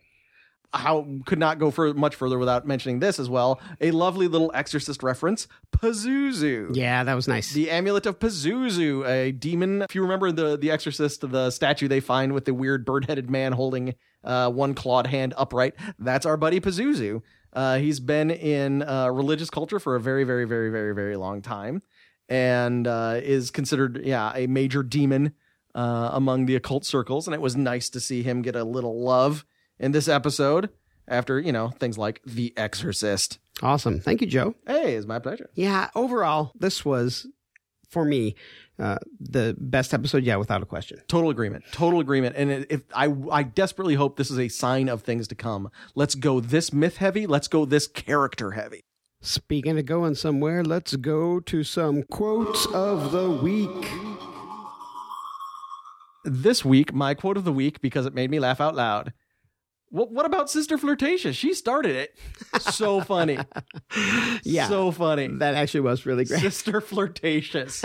Speaker 2: How could not go for much further without mentioning this as well? A lovely little Exorcist reference, Pazuzu.
Speaker 1: yeah, that was nice.
Speaker 2: The amulet of Pazuzu, a demon. If you remember the the Exorcist, the statue they find with the weird bird headed man holding uh, one clawed hand upright, that's our buddy Pazuzu. Uh, he's been in uh, religious culture for a very, very, very, very, very long time, and uh, is considered yeah a major demon uh, among the occult circles. And it was nice to see him get a little love in this episode after you know things like The Exorcist.
Speaker 1: Awesome. Thank you, Joe.
Speaker 2: Hey, it's my pleasure.
Speaker 1: Yeah, overall, this was, for me, uh, the best episode, yeah, without a question.
Speaker 2: Total agreement. Total agreement. And it- if I, I desperately hope this is a sign of things to come. Let's go this myth heavy. Let's go this character heavy.
Speaker 1: Speaking of going somewhere, let's go to some quotes of the week.
Speaker 2: This week, my quote of the week because it made me laugh out loud. What, what about Sister Flirtatious? She started it. So funny.
Speaker 1: Yeah.
Speaker 2: So funny.
Speaker 1: That actually was really great.
Speaker 2: Sister Flirtatious.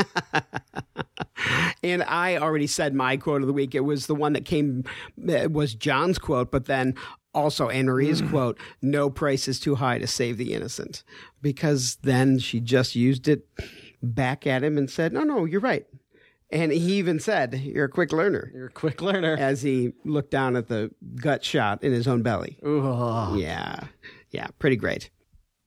Speaker 1: And I already said my quote of the week. It was the one that came, it was John's quote, but then also Anne Marie's quote No price is too high to save the innocent. Because then she just used it back at him and said, No, no, you're right. And he even said, You're a quick learner
Speaker 2: You're a quick learner.
Speaker 1: as he looked down at the gut shot in his own belly.
Speaker 2: Ooh.
Speaker 1: Yeah. Yeah. Pretty great.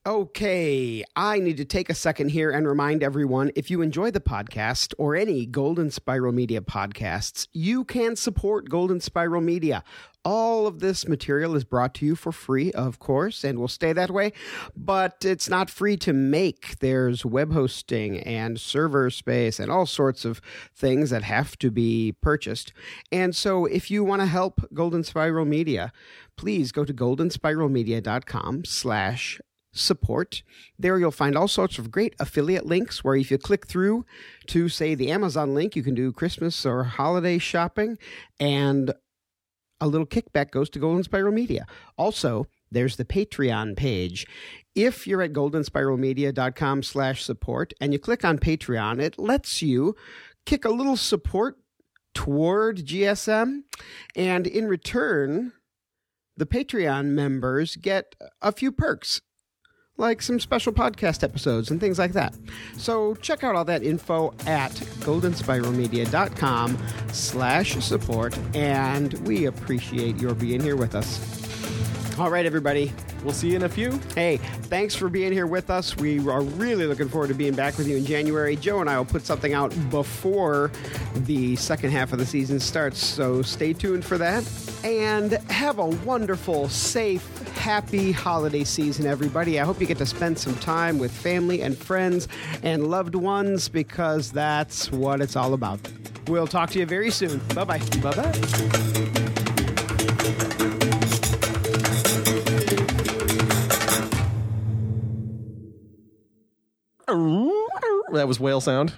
Speaker 1: Okay, I need to take a second here and remind everyone if you enjoy the podcast or any Golden Spiral Media podcasts, you can support Golden Spiral Media. All of this material is brought to you for free, of course, and will stay that way, but it's not free to make. There's web hosting and server space and all sorts of things that have to be purchased. And so if you want to help Golden Spiral Media, please go to goldenspiralmedia.com slash support. There you'll find all sorts of great affiliate links where if you click through to say the Amazon link, you can do Christmas or holiday shopping and a little kickback goes to Golden Spiral Media. Also, there's the Patreon page. If you're at goldenspiralmedia.com slash support and you click on Patreon, it lets you kick a little support toward GSM. And in return, the Patreon members get a few perks like some special podcast episodes and things like that. So check out all that info at goldenspiralmedia.com slash support, and we appreciate your being here with us. All right, everybody.
Speaker 2: We'll see you in a few.
Speaker 1: Hey, thanks for being here with us. We are really looking forward to being back with you in January. Joe and I will put something out before the second half of the season starts, so stay tuned for that. And have a wonderful, safe, happy holiday season, everybody. I hope you get to spend some time with family and friends and loved ones because that's what it's all about. We'll talk to you very soon. Bye bye.
Speaker 2: Bye bye. That was whale sound.